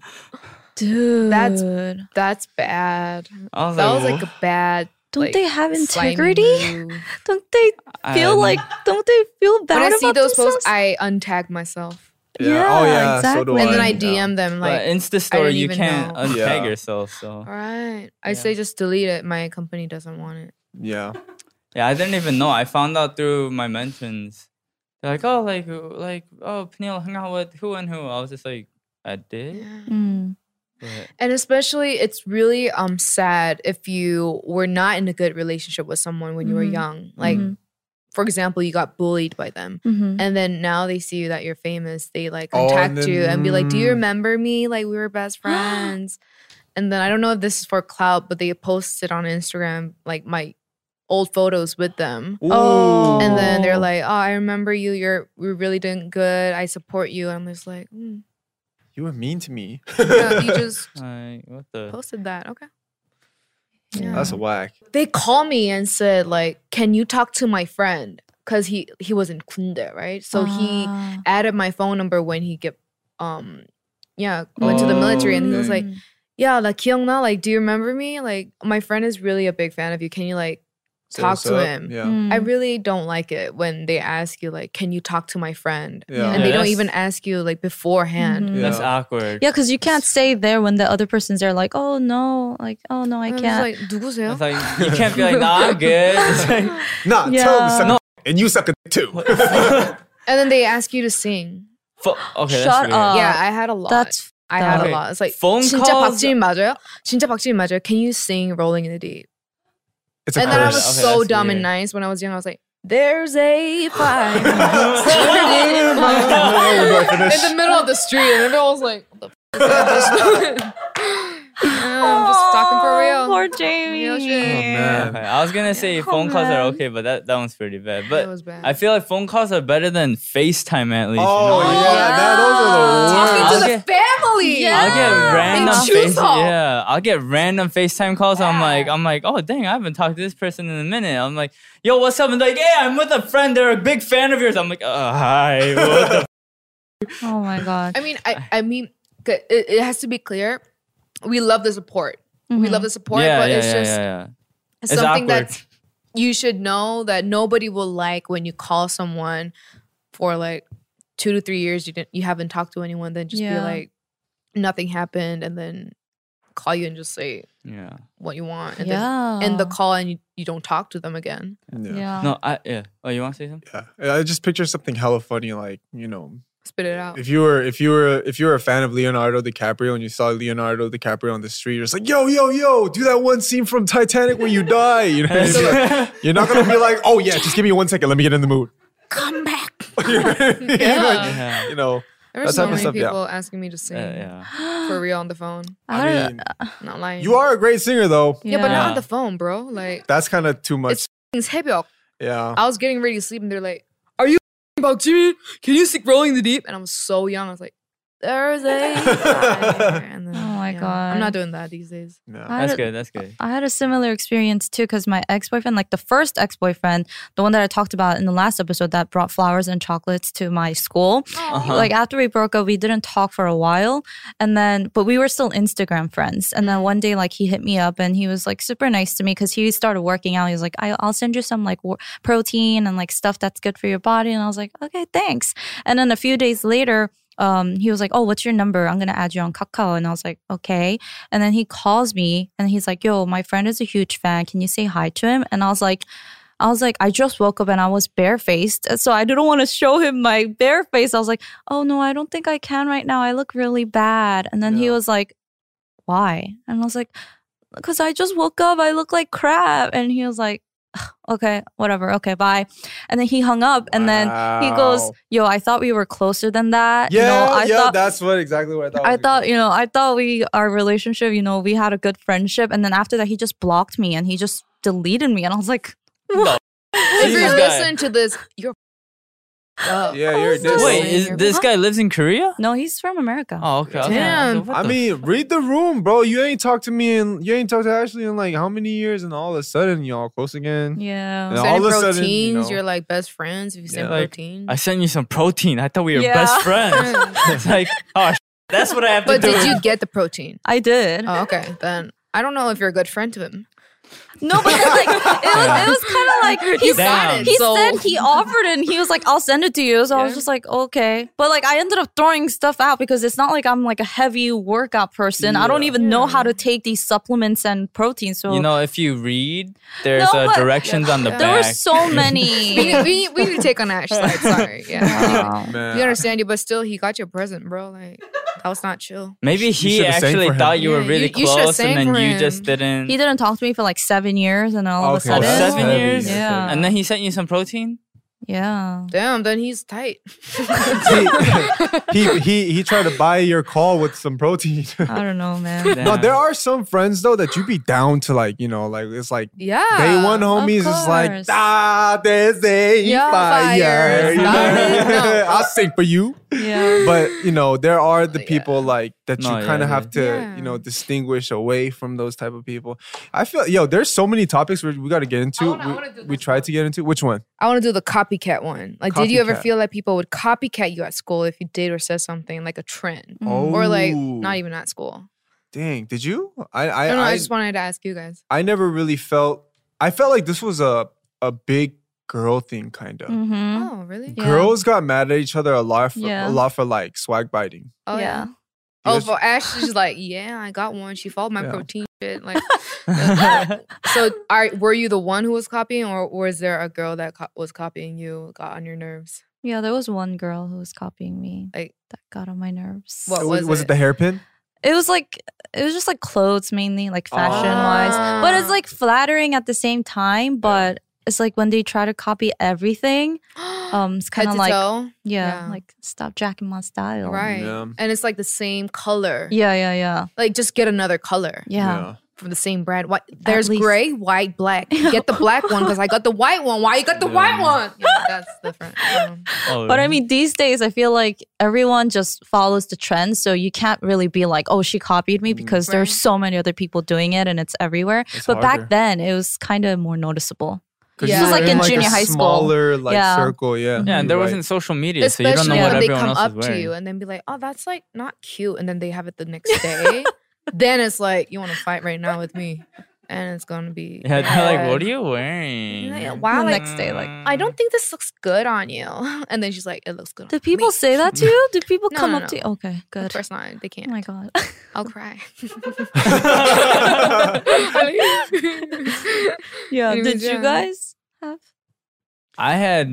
Speaker 5: Dude.
Speaker 4: That's- That's bad.
Speaker 3: I was
Speaker 4: That
Speaker 3: like,
Speaker 4: was like a bad.
Speaker 5: Don't
Speaker 4: like,
Speaker 5: they have
Speaker 4: slimy
Speaker 5: integrity?
Speaker 4: move.
Speaker 5: Don't they
Speaker 3: I
Speaker 5: feel
Speaker 3: don't-
Speaker 5: like, don't they feel bad
Speaker 4: When I
Speaker 5: about
Speaker 4: see those
Speaker 5: themselves?
Speaker 4: posts, I untag myself
Speaker 2: Oh yeah. So do
Speaker 5: exactly.
Speaker 4: and then
Speaker 2: I
Speaker 4: I
Speaker 2: Yeah.
Speaker 4: DM them
Speaker 3: But
Speaker 4: like,
Speaker 3: Insta story, you
Speaker 4: even
Speaker 3: can't
Speaker 4: know.
Speaker 3: untag
Speaker 2: Yeah.
Speaker 3: yourself. So
Speaker 4: "All right," I say just delete it. My company doesn't want it.
Speaker 2: Yeah.
Speaker 3: yeah, I didn't even know. I found out through my mentions. They're like, oh, like, who- like, oh, Peniel hung out with who and who. I was just like, I did.
Speaker 5: Mm.
Speaker 3: But-
Speaker 4: And especially, it's really um sad if you were not in a good relationship with someone when you were
Speaker 2: Mm-hmm.
Speaker 5: Mhm.
Speaker 4: young. Like,
Speaker 5: Mhm.
Speaker 4: for example, you got bullied by them.
Speaker 5: Mhm.
Speaker 4: And then now they see you that you're famous. They like
Speaker 2: Mm-hmm. Oh, and
Speaker 4: contact you
Speaker 2: then-
Speaker 4: and be like, "Do
Speaker 2: mm.
Speaker 4: you remember me? Like we were best friends." and then I don't know if this is for clout, but they posted on Instagram like my old photos with them.
Speaker 5: Oh.
Speaker 4: And then they're like, "Oh, I remember you. You're we really doing good. I support you." And I'm just like, mm,
Speaker 2: You were mean to me.
Speaker 4: yeah, "You just
Speaker 3: like, what the?
Speaker 4: posted that, okay?"
Speaker 5: Yeah.
Speaker 2: That's a whack.
Speaker 4: they call me and said like can you talk to my friend because he he was in kunde right so he
Speaker 5: Ah.
Speaker 4: added my phone number when he get um yeah went to the military and he was
Speaker 5: Oh.
Speaker 4: like yeah like kyungna like do you remember me like my friend is really a big fan of you can you like
Speaker 2: Say
Speaker 4: talk
Speaker 2: what's
Speaker 4: to
Speaker 2: up.
Speaker 4: him
Speaker 2: Yeah.
Speaker 5: Mm.
Speaker 4: i really don't like it when they ask you like can you talk to my friend
Speaker 2: Yeah.
Speaker 4: and they don't
Speaker 3: Yes.
Speaker 4: even ask you like beforehand
Speaker 5: Mhm.
Speaker 3: That's
Speaker 2: Yeah.
Speaker 3: awkward.
Speaker 5: Yeah, because you can't stay there when the other person's there, like, oh no, like, oh no, I
Speaker 4: And I'm
Speaker 5: can't.
Speaker 4: just like 누구세요?
Speaker 3: It's like, you can't be like, nah, I'm good. It's like,
Speaker 2: Nah, tell
Speaker 5: Yeah.
Speaker 2: him suck
Speaker 3: No.
Speaker 2: a- and you suck a dick too.
Speaker 4: and then they ask you to sing
Speaker 3: fu- okay,
Speaker 5: Shut
Speaker 3: that's weird.
Speaker 5: up.
Speaker 4: yeah i had a lot
Speaker 5: Uh, That's
Speaker 4: I had
Speaker 3: Okay.
Speaker 4: a lot. It's like
Speaker 3: Phone
Speaker 4: 진짜
Speaker 3: calls-
Speaker 4: 박지민 맞아요? 진짜 박지민 맞아요? Can you sing Rolling in the Deep?
Speaker 2: It's a
Speaker 4: And then I
Speaker 2: curse.
Speaker 4: was
Speaker 3: Okay,
Speaker 4: so
Speaker 3: that's
Speaker 4: dumb
Speaker 3: weird.
Speaker 4: and nice when I was young. I was like, "There's a fire started in my heart." in the middle of the street," and everyone was like, "What the f- is this?" I'm just talking for
Speaker 5: Oh,
Speaker 4: real.
Speaker 5: Poor Jamie. Oh,
Speaker 4: Real shit.
Speaker 2: Man.
Speaker 3: Okay, I was gonna say
Speaker 5: Come
Speaker 3: phone calls are
Speaker 5: on.
Speaker 3: okay, but that, that one's pretty bad. But
Speaker 4: was bad.
Speaker 3: I feel like phone calls are better than FaceTime at least.
Speaker 2: Oh, yeah, That, those are the
Speaker 3: Talking
Speaker 2: worst.
Speaker 3: I'll
Speaker 4: to
Speaker 3: get-
Speaker 4: the family.
Speaker 5: Yeah.
Speaker 3: I'll get
Speaker 5: They
Speaker 3: random
Speaker 4: choose
Speaker 3: face-
Speaker 4: all.
Speaker 3: yeah, I'll get random FaceTime calls. I'm like, I'm like, oh dang, I haven't talked to this person in a minute. I'm like, yo, what's up? And they're like, yeah, I'm with a friend. They're a big fan of yours. I'm like, uh, hi. What the
Speaker 5: Oh my god.
Speaker 4: I mean, I, I mean, c- it, it has to be clear. We love the support.
Speaker 5: Mm-hmm.
Speaker 4: We love the support,
Speaker 3: yeah,
Speaker 4: but
Speaker 3: yeah,
Speaker 4: it's
Speaker 3: yeah,
Speaker 4: just
Speaker 3: yeah, yeah. It's
Speaker 4: something
Speaker 3: awkward.
Speaker 4: that's you should know that nobody will like when you call someone for like two to three years you didn't you haven't talked to anyone then just be
Speaker 5: Yeah.
Speaker 4: like nothing happened and then call you and just say
Speaker 3: Yeah.
Speaker 4: what you want and
Speaker 5: Yeah.
Speaker 4: then end the call and you, you don't talk to them again.
Speaker 2: Yeah.
Speaker 4: Uh,
Speaker 5: Yeah.
Speaker 3: No, I yeah. Oh, you want to say something?
Speaker 2: Yeah. I just picture something hella funny, like you know,
Speaker 4: Spit it out.
Speaker 2: if you were if you were if you were a fan of Leonardo DiCaprio and you saw Leonardo DiCaprio on the street, you're just like, yo, yo, yo, do that one scene from Titanic where you die. You know, what I mean? Like, you're not gonna be like, oh yeah, just give me one second, let me get in the mood.
Speaker 7: Come back.
Speaker 2: You know what I mean? Like,
Speaker 3: yeah.
Speaker 2: you know,
Speaker 4: There were
Speaker 2: That
Speaker 4: so
Speaker 2: type of
Speaker 4: many
Speaker 2: stuff, yeah.
Speaker 4: people asking me to sing
Speaker 3: Uh, yeah.
Speaker 4: for real on the phone.
Speaker 2: I mean,
Speaker 4: Not lying.
Speaker 2: you are a great singer though.
Speaker 4: Yeah, but not
Speaker 3: Yeah.
Speaker 4: on the phone, bro. Like
Speaker 2: That's kind of too much.
Speaker 4: It's- things heavy. I
Speaker 2: Yeah.
Speaker 4: was getting ready to sleep and they're like, Are you about Jimmy? Can you sing rolling the deep? And I'm so young. I was like, There's a fire." And then,
Speaker 5: Oh my
Speaker 4: yeah,
Speaker 5: God.
Speaker 4: I'm not doing that these days.
Speaker 2: No.
Speaker 5: I
Speaker 3: That's
Speaker 5: had a-
Speaker 3: good. That's good.
Speaker 5: I had a similar experience too because my ex boyfriend, like the first ex boyfriend, the one that I talked about in the last episode that brought flowers and chocolates to my school,
Speaker 3: Uh-huh.
Speaker 5: like after we broke up, we didn't talk for a while. And then, but we were still Instagram friends. And then one day, like he hit me up and he was like super nice to me because he started working out. He was like, I- I'll send you some like wor- protein and like stuff that's good for your body. And I was like, okay, thanks. And then a few days later, um, he was like, "Oh, what's your number? I'm gonna add you on Kakao." And I was like, "Okay." And then he calls me, and he's like, "Yo, my friend is a huge fan. Can you say hi to him?" And I was like, "I was like, I just woke up and I was barefaced, so I didn't want to show him my bare face." I was like, "Oh no, I don't think I can right now. I look really bad." And then he
Speaker 2: Yeah.
Speaker 5: was like, "Why?" And I was like, "Cause I just woke up. I look like crap." And he was like, "Okay, whatever. Okay, bye." And then he hung up, and then he goes,
Speaker 2: Wow.
Speaker 5: "Yo, I thought we were closer than that.
Speaker 2: Yeah,
Speaker 5: you know, I
Speaker 2: yeah,
Speaker 5: thought
Speaker 2: that's what exactly what I thought.
Speaker 5: I
Speaker 2: was
Speaker 5: thought, you know, I thought we our relationship, you know, we had a good friendship, and then after that, he just blocked me and he just deleted me, and I was like,
Speaker 4: If
Speaker 3: Jesus
Speaker 4: you're
Speaker 3: guy.
Speaker 4: listening to this, you're up.
Speaker 2: Yeah, you're a
Speaker 5: was just
Speaker 2: dick.
Speaker 3: Wait,
Speaker 4: Wait,
Speaker 3: is
Speaker 4: you're-
Speaker 3: this guy lives in Korea?
Speaker 5: "No, he's from America."
Speaker 3: Oh, okay. okay.
Speaker 4: Damn.
Speaker 3: So what
Speaker 2: I
Speaker 3: the-
Speaker 2: mean, read the room, bro. You ain't talked to me and you ain't talked to Ashley in like how many years, and all of a sudden y'all close again.
Speaker 5: Yeah.
Speaker 2: No.
Speaker 4: Sending
Speaker 2: all of a sudden, you
Speaker 4: proteins, you
Speaker 2: know.
Speaker 4: are like best friends if you send
Speaker 3: Yeah. Like,
Speaker 4: protein.
Speaker 3: I sent you some protein. I thought we were
Speaker 5: Yeah.
Speaker 3: best friends. it's like, oh, sh- that's what I have to
Speaker 4: but
Speaker 3: do.
Speaker 4: did you get the protein?
Speaker 5: I did.
Speaker 4: Oh, okay. Then I don't know if you're a good friend to him.
Speaker 5: no, but it's like it was, it was kind of like he,
Speaker 4: You
Speaker 3: got
Speaker 5: said,
Speaker 3: it,
Speaker 5: he
Speaker 4: so-
Speaker 5: said he offered it, and he was like, "I'll send it to you." So I was
Speaker 4: Yeah.
Speaker 5: just like, "Okay," but like I ended up throwing stuff out because it's not like I'm like a heavy workout person. I don't even know how to take these supplements and proteins. So
Speaker 3: You know, if you read, there's
Speaker 5: No,
Speaker 3: uh,
Speaker 5: but-
Speaker 3: directions on the
Speaker 5: there were
Speaker 3: back.
Speaker 5: so
Speaker 4: We,
Speaker 5: many.
Speaker 4: need- we, need- we need to take on Ash's side. Sorry. Yeah.
Speaker 2: Man,
Speaker 4: We understand you, but still, he got your present, bro. Like, that was not chill.
Speaker 3: Maybe he
Speaker 2: should've sang
Speaker 3: actually
Speaker 2: for him.
Speaker 3: thought you were
Speaker 4: Yeah,
Speaker 3: really
Speaker 4: you- you should've
Speaker 3: close,
Speaker 4: sang
Speaker 3: and then
Speaker 4: for
Speaker 3: you
Speaker 4: him.
Speaker 3: just didn't.
Speaker 5: He didn't talk to me for like seven years, and then all
Speaker 2: Okay,
Speaker 5: of a
Speaker 3: Oh,
Speaker 2: that's
Speaker 5: sudden,
Speaker 3: seven
Speaker 2: heavy,
Speaker 3: years,
Speaker 2: that's
Speaker 5: Yeah.
Speaker 3: and then he sent you some protein.
Speaker 5: yeah,
Speaker 4: Damn, then he's tight.
Speaker 2: he, he he he tried to buy your call with some protein.
Speaker 4: Oh,
Speaker 5: I don't know, man.
Speaker 2: no,
Speaker 3: Damn.
Speaker 2: there are some friends though that you be down to like, you know, like it's like
Speaker 4: Yeah.
Speaker 2: day one homies is like
Speaker 5: course.
Speaker 2: ah, there's a
Speaker 4: Yeah,
Speaker 2: fire.
Speaker 4: fire
Speaker 2: you know?
Speaker 4: starting up.
Speaker 2: I'll sing for you.
Speaker 5: yeah,
Speaker 2: but you know there are the people like that
Speaker 3: No,
Speaker 2: you
Speaker 3: yeah,
Speaker 2: kind of
Speaker 3: yeah.
Speaker 2: have to you know distinguish away from those type of people i feel yo there's so many topics we, we got to get into we, we tried to get into which one
Speaker 4: I want to do the copycat one. Like, did you ever
Speaker 2: Copycat.
Speaker 4: feel like people would copycat you at school if you did or said something like a trend? Or, like,
Speaker 2: Oh.
Speaker 4: not even at school?
Speaker 2: dang did you i i
Speaker 4: I don't know. I,
Speaker 2: I,
Speaker 4: just wanted to ask you guys.
Speaker 2: I never really felt i felt like this was a a big girl thing kind of
Speaker 5: hmm
Speaker 4: Oh, really?
Speaker 5: Yeah.
Speaker 2: girls got mad at each other a lot for
Speaker 5: Yeah.
Speaker 2: a lot for like swag biting
Speaker 4: Oh,
Speaker 5: yeah.
Speaker 2: You
Speaker 4: Oh,
Speaker 2: guys-
Speaker 4: for Ashley, she's like, yeah, I got one. She followed my
Speaker 2: Yeah.
Speaker 4: protein shit. Like, so are were you the one who was copying, or was there a girl that co- was copying you? Got on your nerves?
Speaker 5: yeah. There was one girl who was copying me
Speaker 4: Like-
Speaker 5: that got on my nerves.
Speaker 4: What
Speaker 2: was,
Speaker 4: was
Speaker 2: was it?
Speaker 4: it?
Speaker 2: the hairpin
Speaker 5: It was like it was just like clothes mainly, like fashion wise, but it's
Speaker 4: Ah.
Speaker 5: like flattering at the same time. But it's like when they try to copy everything, um, it's
Speaker 4: Head
Speaker 5: kind of
Speaker 4: to
Speaker 5: like
Speaker 4: toe?
Speaker 5: yeah,
Speaker 4: Yeah.
Speaker 5: like stop jacking my style.
Speaker 4: right?
Speaker 2: Yeah.
Speaker 4: And it's like the same color.
Speaker 5: Yeah, yeah, yeah,
Speaker 4: Like, just get another color
Speaker 5: yeah.
Speaker 4: from the same brand. Why, there's
Speaker 5: least.
Speaker 4: gray, white, black. Get the black one because I got the white one. Why you got the white one? Yeah, that's different. Um,
Speaker 3: Oh,
Speaker 5: But I mean, these days, I feel like everyone just follows the trend. So you can't really be like, oh, she copied me because
Speaker 4: Right.
Speaker 5: there's so many other people doing it and it's everywhere.
Speaker 2: Mm-hmm. It's
Speaker 5: but
Speaker 2: harder.
Speaker 5: back then, it was kind of more noticeable.
Speaker 2: 'Cause
Speaker 4: Yeah.
Speaker 2: you
Speaker 4: This is
Speaker 2: were
Speaker 4: like in
Speaker 2: a
Speaker 5: junior high school.
Speaker 2: smaller like
Speaker 5: Yeah.
Speaker 2: circle yeah
Speaker 3: yeah, and
Speaker 2: You're
Speaker 3: there
Speaker 2: right.
Speaker 3: wasn't social media, so you don't
Speaker 4: Especially
Speaker 3: know
Speaker 5: Yeah.
Speaker 3: what
Speaker 4: when they
Speaker 3: everyone
Speaker 4: come
Speaker 3: else is
Speaker 4: up to
Speaker 3: wearing.
Speaker 4: you and then be like, "Oh, that's like not cute," and then they have it the next day. then it's like you want to fight right now with me. and it's gonna be.
Speaker 3: Yeah, they're like,
Speaker 4: red.
Speaker 3: what are you wearing?
Speaker 4: Yeah, Wow,
Speaker 5: The
Speaker 4: like, mm.
Speaker 5: next day, like,
Speaker 4: I don't think this looks good on you. And then she's like, it looks good.
Speaker 5: do
Speaker 4: on
Speaker 5: people
Speaker 4: me."
Speaker 5: say that to you? Do people
Speaker 4: No,
Speaker 5: come
Speaker 4: no,
Speaker 5: up
Speaker 4: no.
Speaker 5: to you? Okay,
Speaker 4: Of
Speaker 5: good.
Speaker 4: course not. They
Speaker 5: Oh
Speaker 4: can't.
Speaker 5: my god.
Speaker 4: I'll cry.
Speaker 5: yeah.
Speaker 4: Anyways,
Speaker 5: Did you
Speaker 4: yeah.
Speaker 5: guys have?
Speaker 3: Mm, I had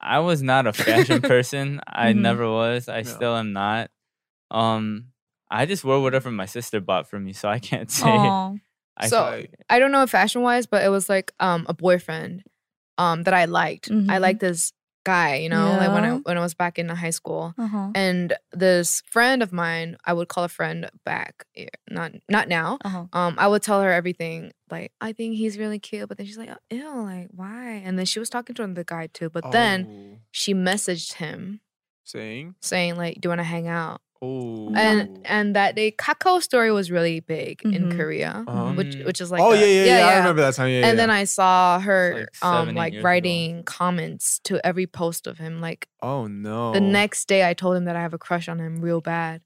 Speaker 3: I was not a fashion person. I
Speaker 4: Mm-hmm.
Speaker 5: Mhm.
Speaker 3: never was. I
Speaker 2: No.
Speaker 3: still am not. Um I just wore whatever my sister bought for me, so I can't say.
Speaker 5: Oh,
Speaker 3: I
Speaker 4: So I don't know fashion wise, but it was like um a boyfriend um that I liked. I
Speaker 5: Mhm.
Speaker 4: liked this guy, you know, like when I
Speaker 5: Yeah.
Speaker 4: when I was back in high school.
Speaker 5: uh-huh.
Speaker 4: And this friend of mine, I would call a friend back, eh, not not now.
Speaker 5: Uh-huh.
Speaker 4: Um, I would tell her everything, like I think he's really cute, but then she's like, oh, ew, like why? And then she was talking to another guy too, but then
Speaker 2: Oh,
Speaker 4: she messaged him
Speaker 2: saying,
Speaker 4: saying like, do you want to hang out?
Speaker 2: oh,
Speaker 4: And and that day, kakao story was really big in
Speaker 5: Mhm.
Speaker 4: Korea,
Speaker 2: Uh-huh.
Speaker 4: which
Speaker 3: Mm.
Speaker 4: which is like
Speaker 2: oh
Speaker 4: a-
Speaker 2: yeah, yeah, yeah, I remember that time. Yeah,
Speaker 4: and
Speaker 2: yeah.
Speaker 4: then I saw her
Speaker 3: like
Speaker 4: um
Speaker 3: 17
Speaker 4: like
Speaker 3: years ago.
Speaker 4: writing comments to every post of him. Like
Speaker 2: oh no,
Speaker 4: the next day I told him that I have a crush on him real bad.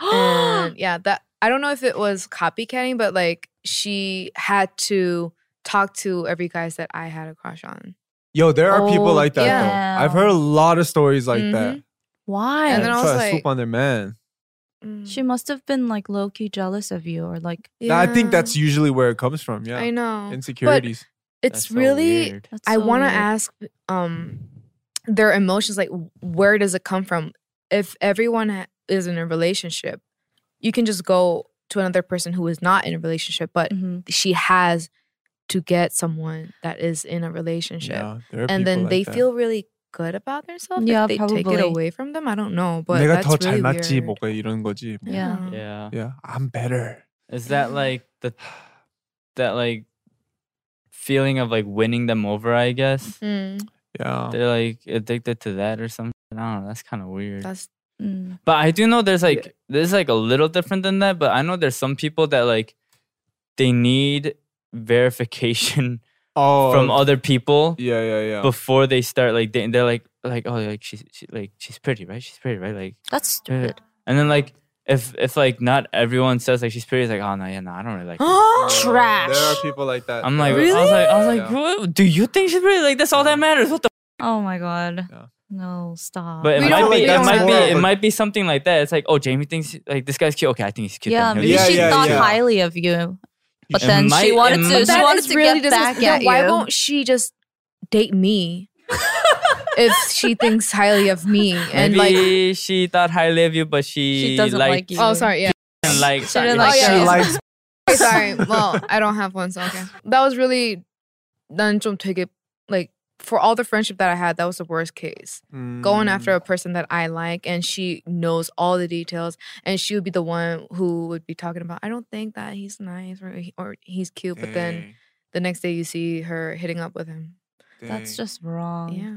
Speaker 4: And yeah, that I don't know if it was copycatting, but like she had to talk to every guys that I had a crush on.
Speaker 2: Yo, there are people
Speaker 5: Oh,
Speaker 2: like that.
Speaker 5: yeah.
Speaker 2: Though. I've heard a lot of stories like that.
Speaker 4: Mhm.
Speaker 5: Why?
Speaker 4: And then
Speaker 2: Yeah,
Speaker 4: I
Speaker 2: try
Speaker 4: was
Speaker 2: to swoop
Speaker 4: like-
Speaker 2: on their man.
Speaker 4: Mm.
Speaker 5: she must have been like low key jealous of you, or like
Speaker 2: Nah, I think
Speaker 4: Yeah,
Speaker 2: that's usually where it comes from. Yeah,
Speaker 4: I know.
Speaker 2: insecurities.
Speaker 3: That's
Speaker 4: It's
Speaker 3: so
Speaker 4: really
Speaker 3: weird.
Speaker 5: that's
Speaker 4: I
Speaker 5: so
Speaker 4: want to
Speaker 5: weird.
Speaker 4: ask um their emotions like w- where does it come from? If everyone ha- is in a relationship, you can just go to another person who is not in a relationship, but
Speaker 5: Mhm.
Speaker 4: she has to get someone that is in a relationship.
Speaker 2: Yeah, there are people
Speaker 4: and then
Speaker 2: like
Speaker 4: they
Speaker 2: that.
Speaker 4: feel really good about themselves. like
Speaker 5: Yeah,
Speaker 4: they take
Speaker 5: probably.
Speaker 4: it away from them. I don't know, but
Speaker 2: 내가 더
Speaker 4: that's really
Speaker 2: 잘났지
Speaker 4: weird.
Speaker 2: 뭔가 이런 거지.
Speaker 5: Yeah.
Speaker 4: Yeah.
Speaker 3: Yeah.
Speaker 2: Yeah, I'm better.
Speaker 3: Is
Speaker 4: mm-hmm.
Speaker 3: that like the that like feeling of like winning them over, I guess?
Speaker 4: Mm,
Speaker 2: Yeah.
Speaker 3: They're like addicted to that or something. I don't know. That's kind of weird.
Speaker 4: that's
Speaker 5: Mm.
Speaker 3: But I do know there's like there's like a little different than that. But I know there's some people that like they need verification
Speaker 2: Oh,
Speaker 3: from other people
Speaker 2: Yeah, yeah, yeah.
Speaker 3: before they start like dating. They're like like oh like she's she, like she's pretty right? She's pretty right? Like
Speaker 5: That's
Speaker 3: yeah.
Speaker 5: stupid.
Speaker 3: and then like if if like not everyone says like she's pretty, it's like oh no yeah no I don't really like. her."
Speaker 4: Oh,
Speaker 5: Trash.
Speaker 2: There are people like that.
Speaker 3: I'm
Speaker 2: though.
Speaker 3: like I was like I was like what, do you think she's pretty? Like that's all that matters. What the.
Speaker 5: Oh my god.
Speaker 2: Yeah.
Speaker 5: No, stop.
Speaker 3: But it
Speaker 4: We
Speaker 3: might
Speaker 4: don't-
Speaker 3: be,
Speaker 4: we
Speaker 3: it
Speaker 4: don't
Speaker 3: might
Speaker 4: have
Speaker 3: be,
Speaker 4: that.
Speaker 3: it might be something like that. It's like, oh, Jamie thinks like this guy's cute. Okay, I think he's cute.
Speaker 5: yeah,
Speaker 3: then.
Speaker 5: maybe
Speaker 3: He'll
Speaker 2: Yeah,
Speaker 3: be
Speaker 5: she
Speaker 3: cute.
Speaker 2: yeah,
Speaker 5: thought
Speaker 2: yeah.
Speaker 5: highly of you, but
Speaker 3: It
Speaker 5: then she
Speaker 3: might-
Speaker 5: wanted
Speaker 3: it
Speaker 5: to.
Speaker 3: might-
Speaker 5: She
Speaker 3: That
Speaker 5: wanted to get
Speaker 4: disres-
Speaker 5: back
Speaker 4: yeah,
Speaker 5: at
Speaker 4: Why
Speaker 5: you.
Speaker 4: won't she just date me? if she thinks highly of me and like
Speaker 3: Maybe she thought highly of you, but she,
Speaker 5: She doesn't
Speaker 3: liked
Speaker 5: like you.
Speaker 4: oh sorry yeah
Speaker 3: and like
Speaker 5: She didn't
Speaker 3: yeah.
Speaker 5: like
Speaker 4: Oh, yeah,
Speaker 2: she
Speaker 4: yeah.
Speaker 2: likes.
Speaker 4: Okay, sorry well I don't have one so okay that was really 난 좀 되게 like for all the friendship that I had that was the worst case
Speaker 3: Mm.
Speaker 4: going after a person that I like and she knows all the details and she would be the one who would be talking about I don't think that he's nice or, he- or he's cute but
Speaker 3: Mm.
Speaker 4: then the next day you see her hitting up with him
Speaker 5: That's just
Speaker 3: Oh.
Speaker 5: wrong.
Speaker 4: yeah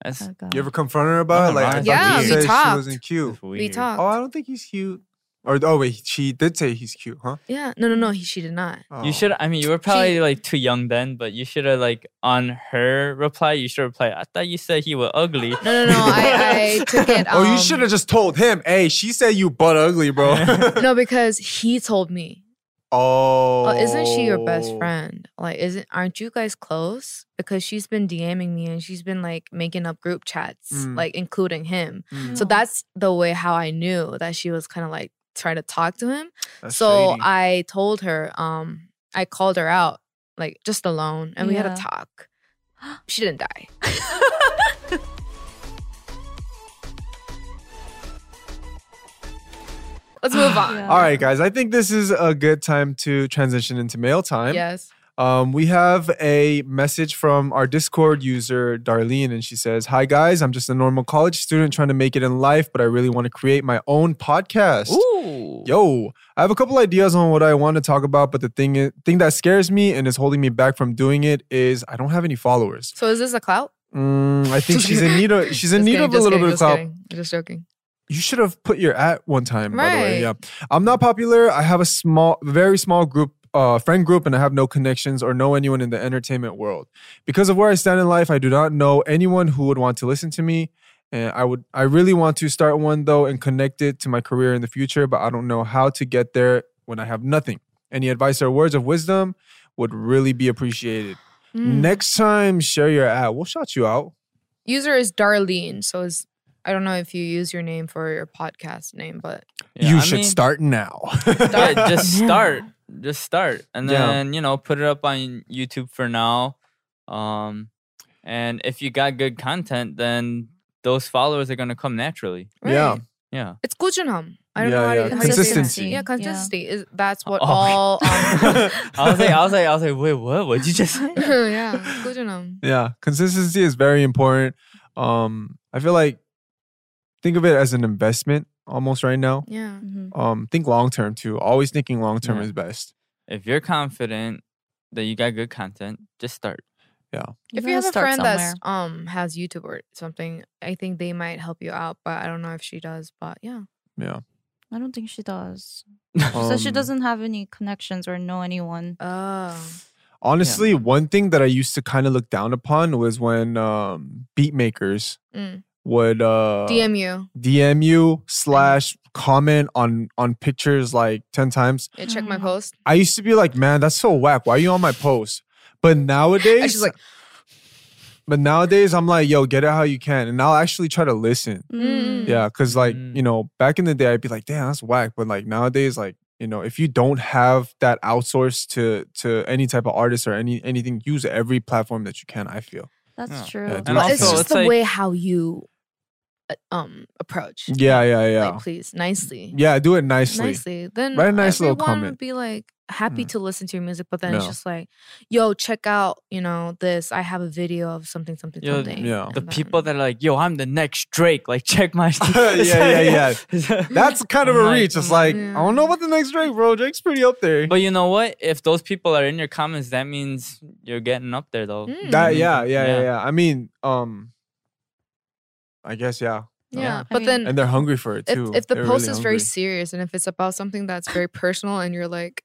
Speaker 3: That's,
Speaker 5: Oh, God.
Speaker 2: You ever confront her about it? Like, I thought
Speaker 3: Nothing wrong
Speaker 2: you
Speaker 3: with
Speaker 4: that.
Speaker 2: said
Speaker 4: Yeah,
Speaker 2: she
Speaker 4: we
Speaker 2: wasn't
Speaker 4: talked.
Speaker 2: cute.
Speaker 3: that's weird.
Speaker 4: we talked
Speaker 2: Oh, I don't think he's cute. Or oh wait, she did say he's cute, huh?
Speaker 4: yeah no no no he, she did not
Speaker 2: Oh.
Speaker 3: You should. I mean, you were probably
Speaker 4: She-
Speaker 3: like too young then, but you should have like on her reply. You should reply. I thought you said he was ugly.
Speaker 4: No, no, no. I, I took it.
Speaker 2: oh, you
Speaker 4: um,
Speaker 2: should have just told him. Hey, she said you butt ugly, bro.
Speaker 4: No, because he told me.
Speaker 2: oh. Hmm,
Speaker 4: Oh, isn't she your best friend? Like, isn't aren't you guys close? Because she's been DMing me and she's been like making up group chats,
Speaker 2: Mm.
Speaker 4: like including him.
Speaker 2: Mm,
Speaker 4: So that's the way how I knew that she was kind of like trying to talk to him.
Speaker 2: that's
Speaker 4: so
Speaker 2: shady.
Speaker 4: I told her, um, I called her out, like just alone, and we had
Speaker 5: Yeah.
Speaker 4: a talk. She didn't die. Let's move on.
Speaker 5: Yeah.
Speaker 2: All right, guys. I think this is a good time to transition into mail time.
Speaker 4: Yes.
Speaker 2: Um, we have a message from our Discord user, Darlene, and she says, Hi, guys. I'm just a normal college student trying to make it in life, but I really want to create my own podcast.
Speaker 3: Ooh.
Speaker 2: Yo, I have a couple ideas on what I want to talk about, but the thing, is, thing that scares me and is holding me back from doing it is I don't have any followers.
Speaker 4: So is this a clout?
Speaker 2: Mm, I think she's in need of she's in
Speaker 4: Just
Speaker 2: need
Speaker 4: kidding,
Speaker 2: of a
Speaker 4: just
Speaker 2: little
Speaker 4: kidding,
Speaker 2: bit of
Speaker 4: just
Speaker 2: clout.
Speaker 4: kidding. I'm Just joking.
Speaker 2: You should have put your at one time, by the way. Yeah.
Speaker 4: Right.
Speaker 2: I'm not popular. I have a small, very small group, uh, friend group, and I have no connections or know anyone in the entertainment world. Because of where I stand in life, I do not know anyone who would want to listen to me. And I would, I really want to start one though and connect it to my career in the future, but I don't know how to get there when I have nothing. Any advice or words of wisdom would really be appreciated.
Speaker 4: Hmm.
Speaker 5: Mm.
Speaker 2: Next time, share your ad. We'll shout you out.
Speaker 4: User is Darlene, so is I don't know if you use your name for your podcast name, but
Speaker 3: Yeah,
Speaker 2: you
Speaker 3: I
Speaker 2: should
Speaker 3: mean-
Speaker 2: start now.
Speaker 3: yeah, just start. Just start. And
Speaker 2: Yeah.
Speaker 3: then, you know, put it up on YouTube for now. Um and if you got good content, then those followers are gonna come naturally.
Speaker 2: Yeah.
Speaker 4: Right.
Speaker 3: Yeah.
Speaker 4: it's Gujunham. I don't
Speaker 2: Yeah,
Speaker 4: know how,
Speaker 2: yeah.
Speaker 4: to, how
Speaker 2: Consistency.
Speaker 4: You say it. yeah, consistency is that's what
Speaker 3: Oh.
Speaker 4: all. Um,
Speaker 3: I was like, I was like, I was like, wait, what? What'd you just say?
Speaker 4: yeah, Gujunham.
Speaker 2: Yeah, consistency is very important. Um, I feel like think of it as an investment almost right now.
Speaker 4: Yeah,
Speaker 5: Mhm.
Speaker 2: Um, think long term too. Always thinking long term
Speaker 3: Yeah.
Speaker 2: is best.
Speaker 3: If you're confident that you got good content, just start.
Speaker 4: if
Speaker 5: gotta
Speaker 4: you have a
Speaker 5: start
Speaker 4: friend
Speaker 5: somewhere.
Speaker 4: that um has YouTube or something, I think they might help you out. But I don't know if she does. But yeah,
Speaker 2: Yeah.
Speaker 5: I don't think she does.
Speaker 2: Um,
Speaker 5: She says she doesn't have any connections or know anyone.
Speaker 4: oh,
Speaker 2: Uh, Honestly, one thing that I used to kind of look down upon was when um, beat makers
Speaker 4: Mm.
Speaker 2: would uh,
Speaker 4: DM you.
Speaker 2: DM you slash comment on on pictures like ten times.
Speaker 4: Yeah, check my
Speaker 5: Mm.
Speaker 4: post.
Speaker 2: I used to be like, man, that's so whack. Why are you on my post? But nowadays,
Speaker 4: And she's like,
Speaker 2: but nowadays I'm like, yo, get it how you can, and I'll actually try to listen.
Speaker 5: Mm-hmm.
Speaker 4: Mm.
Speaker 2: Yeah, because like
Speaker 3: Mm.
Speaker 2: you know, back in the day, I'd be like, damn, that's whack. But like nowadays, like you know, if you don't have that outsourced to to any type of artist or any anything, use every platform that you can. I feel.
Speaker 5: That's
Speaker 3: Yeah.
Speaker 5: true.
Speaker 2: Yeah, do
Speaker 3: And
Speaker 4: But it's
Speaker 3: also,
Speaker 4: just
Speaker 3: it's
Speaker 4: the
Speaker 3: like-
Speaker 4: way how you uh, um approach.
Speaker 2: Yeah, yeah, yeah,
Speaker 4: Like, please, nicely.
Speaker 2: yeah. Do it nicely.
Speaker 4: nicely. Then
Speaker 2: Write a nice little
Speaker 4: everyone
Speaker 2: comment.
Speaker 4: would be like happy
Speaker 2: Mm.
Speaker 4: to listen to your music, but then it's
Speaker 2: No.
Speaker 4: just like, yo, check out, you know, this. I have a video of something, something,
Speaker 3: Yo,
Speaker 4: something.
Speaker 2: yeah.
Speaker 3: The
Speaker 4: And
Speaker 3: people
Speaker 4: then-
Speaker 3: that are like, yo, I'm the next Drake, like check my
Speaker 2: Yeah, yeah,
Speaker 3: yeah.
Speaker 2: That's kind of
Speaker 3: I'm
Speaker 2: a
Speaker 3: like,
Speaker 2: reach. It's
Speaker 3: mm,
Speaker 2: like I
Speaker 4: yeah.
Speaker 2: don't know about the next Drake, bro. Drake's pretty up there.
Speaker 3: But you know what? If those people are in your comments, that means you're getting up there though. Mm-hmm.
Speaker 4: Mm.
Speaker 2: That yeah, yeah, Mm-hmm. yeah,
Speaker 3: Yeah.
Speaker 2: yeah. I mean, um, I guess yeah,
Speaker 4: yeah.
Speaker 3: Yeah.
Speaker 4: But
Speaker 5: I
Speaker 4: then
Speaker 2: and they're hungry for it too.
Speaker 4: Mm. if, if the
Speaker 2: They're
Speaker 4: post
Speaker 2: really
Speaker 4: is very
Speaker 2: hungry.
Speaker 4: serious and if it's about something that's very personal and you're like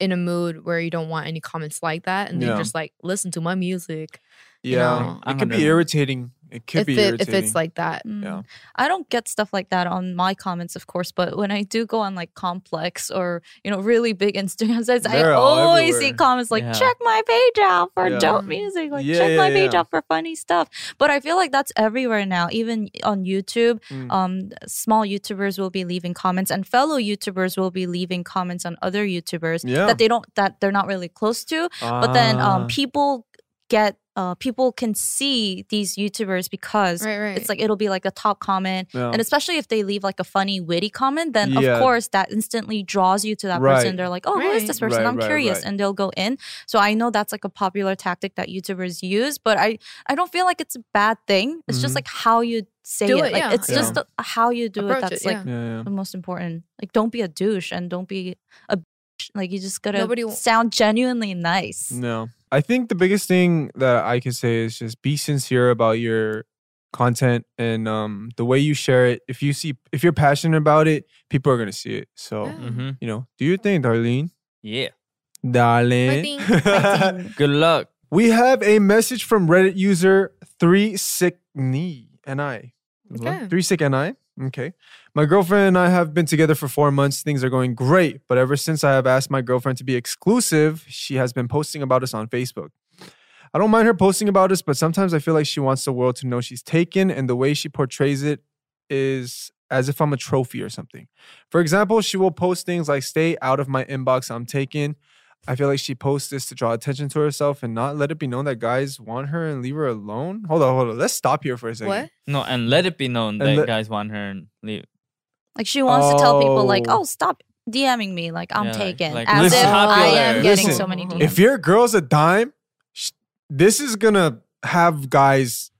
Speaker 4: in a mood where you don't want any comments like that and
Speaker 2: Yeah.
Speaker 4: you're just like, listen to my music. you
Speaker 2: yeah,
Speaker 4: know,
Speaker 2: it
Speaker 3: I'm
Speaker 2: could be
Speaker 3: hungry.
Speaker 2: irritating. It could
Speaker 4: if
Speaker 2: be
Speaker 4: it, if
Speaker 2: irritating.
Speaker 4: it's like that.
Speaker 5: Mm.
Speaker 2: Yeah.
Speaker 5: I don't get stuff like that on my comments, of course, but when I do go on like complex or you know really big Instagram sites, I
Speaker 2: They're all
Speaker 5: always see
Speaker 2: everywhere.
Speaker 5: comments like
Speaker 3: Yeah.
Speaker 5: check my page out for
Speaker 2: Yeah.
Speaker 5: dope music, like
Speaker 2: Yeah,
Speaker 5: check
Speaker 2: yeah,
Speaker 5: my page
Speaker 2: yeah.
Speaker 5: out for funny stuff. But I feel like that's everywhere now, even on YouTube.
Speaker 2: Mm.
Speaker 5: Um, small YouTubers will be leaving comments, and fellow YouTubers will be leaving comments on other YouTubers
Speaker 2: Yeah.
Speaker 5: that they don't that they're not really close to but then
Speaker 2: Ah.
Speaker 5: um, people get uh, people can see these YouTubers because
Speaker 4: Right, right.
Speaker 5: it's like it'll be like a top comment,
Speaker 2: Yeah.
Speaker 5: and especially if they leave like a funny, witty comment, then
Speaker 2: Oh. Yeah.
Speaker 5: of course that instantly draws you to that
Speaker 2: Right.
Speaker 5: person. They're like, "Oh, who is
Speaker 4: Right.
Speaker 5: this person?
Speaker 2: Right,
Speaker 5: I'm
Speaker 2: right,
Speaker 5: curious,"
Speaker 2: right.
Speaker 5: and they'll go in. So I know that's like a popular tactic that YouTubers use, but I I don't feel like it's a bad thing. It's
Speaker 2: Mhm.
Speaker 5: just like how you say
Speaker 4: Do
Speaker 5: it.
Speaker 4: it,
Speaker 5: Like
Speaker 4: yeah,
Speaker 5: it's
Speaker 2: yeah.
Speaker 5: just the, how you do
Speaker 4: Approach
Speaker 5: it that's
Speaker 4: it,
Speaker 5: like
Speaker 4: yeah.
Speaker 2: yeah,
Speaker 5: the most important. Like don't be a douche and don't be a bitch. like you just gotta
Speaker 4: Nobody w-
Speaker 5: sound genuinely nice.
Speaker 2: yeah, no. I think the biggest thing that I could say is just be sincere about your content and um the way you share it. If you see, if you're passionate about it, people are gonna see it. So
Speaker 4: Yeah.
Speaker 3: hmm
Speaker 2: you know, do your thing, Darlene.
Speaker 3: Yeah.
Speaker 2: Darling.
Speaker 4: My thing, my
Speaker 3: Good luck.
Speaker 2: we have a message from Reddit user three sick knee and I.
Speaker 4: Okay.
Speaker 2: Three sick and I. Okay. My girlfriend and I have been together for four months. Things are going great, but ever since I have asked my girlfriend to be exclusive, she has been posting about us on Facebook. I don't mind her posting about us, but sometimes I feel like she wants the world to know she's taken, and the way she portrays it is as if I'm a trophy or something. For example, she will post things like "Stay out of my inbox, I'm taken." I feel like she posts this to draw attention to herself and not let it be known that guys want her and leave her alone. Hold on, hold on. Let's stop here for a second.
Speaker 4: what?
Speaker 3: No, and let it be known that
Speaker 2: And le-
Speaker 3: guys want her and leave.
Speaker 5: Like she wants to tell people like,
Speaker 2: Oh.
Speaker 5: oh, stop DMing me. Like I'm
Speaker 3: Yeah, like-
Speaker 5: taken.
Speaker 3: like,
Speaker 5: As
Speaker 2: listen.
Speaker 5: if I
Speaker 3: Popular.
Speaker 5: am getting
Speaker 2: Listen,
Speaker 5: so many DMs.
Speaker 2: If your girl's a dime, sh- this is gonna have guys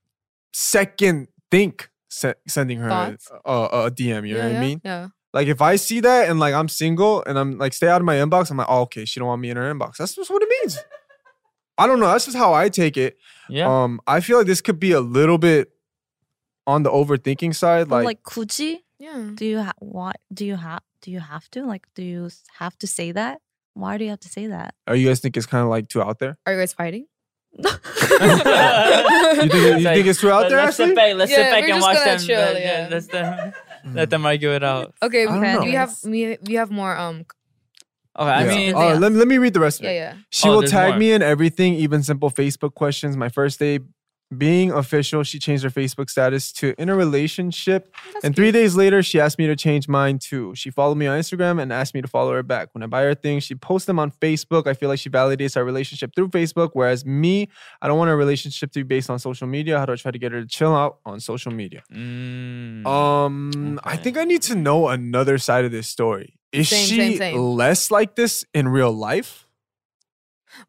Speaker 2: second think se- sending her a,
Speaker 4: Thoughts?
Speaker 2: a- a DM. You know what
Speaker 4: yeah,
Speaker 2: I mean?
Speaker 4: Yeah.
Speaker 2: Like if I see that and like I'm single and I'm like stay out of my inbox, I'm like, oh, okay, she don't want me in her inbox. That's just what it means. I don't know. That's just how I take it.
Speaker 3: Yeah.
Speaker 2: Um, I feel like this could be a little bit on the overthinking side.
Speaker 5: But,
Speaker 2: Like,
Speaker 5: like Gucci,
Speaker 4: Yeah.
Speaker 5: do you ha- why do you have do you have to like do you s- have to say that? Why do you have to say that?
Speaker 2: are you guys think it's kind of like too out there?
Speaker 4: Are you guys fighting?
Speaker 2: You think, you think it's too out there?
Speaker 3: Let's
Speaker 2: Actually,
Speaker 3: sit back, let's
Speaker 4: Yeah,
Speaker 3: sit back
Speaker 4: we're
Speaker 3: and
Speaker 4: just
Speaker 3: watch
Speaker 4: gonna
Speaker 3: them.
Speaker 4: chill,
Speaker 3: let,
Speaker 4: yeah.
Speaker 3: let them, let them argue it out.
Speaker 4: Okay,
Speaker 2: I don't know.
Speaker 4: we have we we have more um
Speaker 3: Okay, Oh, I
Speaker 2: Yeah. Oh.
Speaker 3: mean,
Speaker 2: All right, let, me- let me read the rest of
Speaker 4: Yeah,
Speaker 2: it.
Speaker 4: yeah.
Speaker 2: She
Speaker 3: Oh,
Speaker 2: will
Speaker 3: there's
Speaker 2: tag
Speaker 3: more.
Speaker 2: me in everything, even simple Facebook questions. My first day being official, she changed her Facebook status to in a relationship. and three days later, she asked me to change mine too. She followed me on Instagram and asked me to follow her back. When I buy her things, she posts them on Facebook. I feel like she validates our relationship through Facebook. Whereas me, I don't want our relationship to be based on social media. How do I try to get her to chill out on social media?
Speaker 3: mm,
Speaker 2: Um, I think I need to know another side of this story. Is
Speaker 4: Same,
Speaker 2: she
Speaker 4: same, same.
Speaker 2: less like this in real life?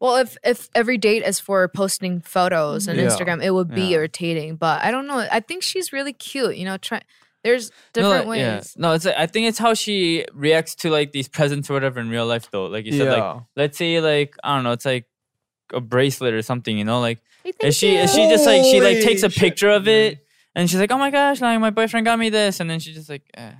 Speaker 4: Well, if if every date is for posting photos on
Speaker 2: Yeah.
Speaker 4: Instagram, it would be
Speaker 3: Yeah.
Speaker 4: irritating. But I don't know. I think she's really cute. You know, try. There's
Speaker 3: no,
Speaker 4: different
Speaker 3: like,
Speaker 4: ways.
Speaker 3: yeah. No, it's like, I think it's how she reacts to like these presents or whatever in real life, though. Like you said, like
Speaker 2: Yeah.
Speaker 3: let's say like I don't know, it's like a bracelet or something. You know, like
Speaker 4: Hey, thank
Speaker 3: is she
Speaker 4: you.
Speaker 3: is she just like she like takes a
Speaker 2: Holy shit.
Speaker 3: picture of it and she's like, oh my gosh, like my boyfriend got me this, and then she's just like, eh.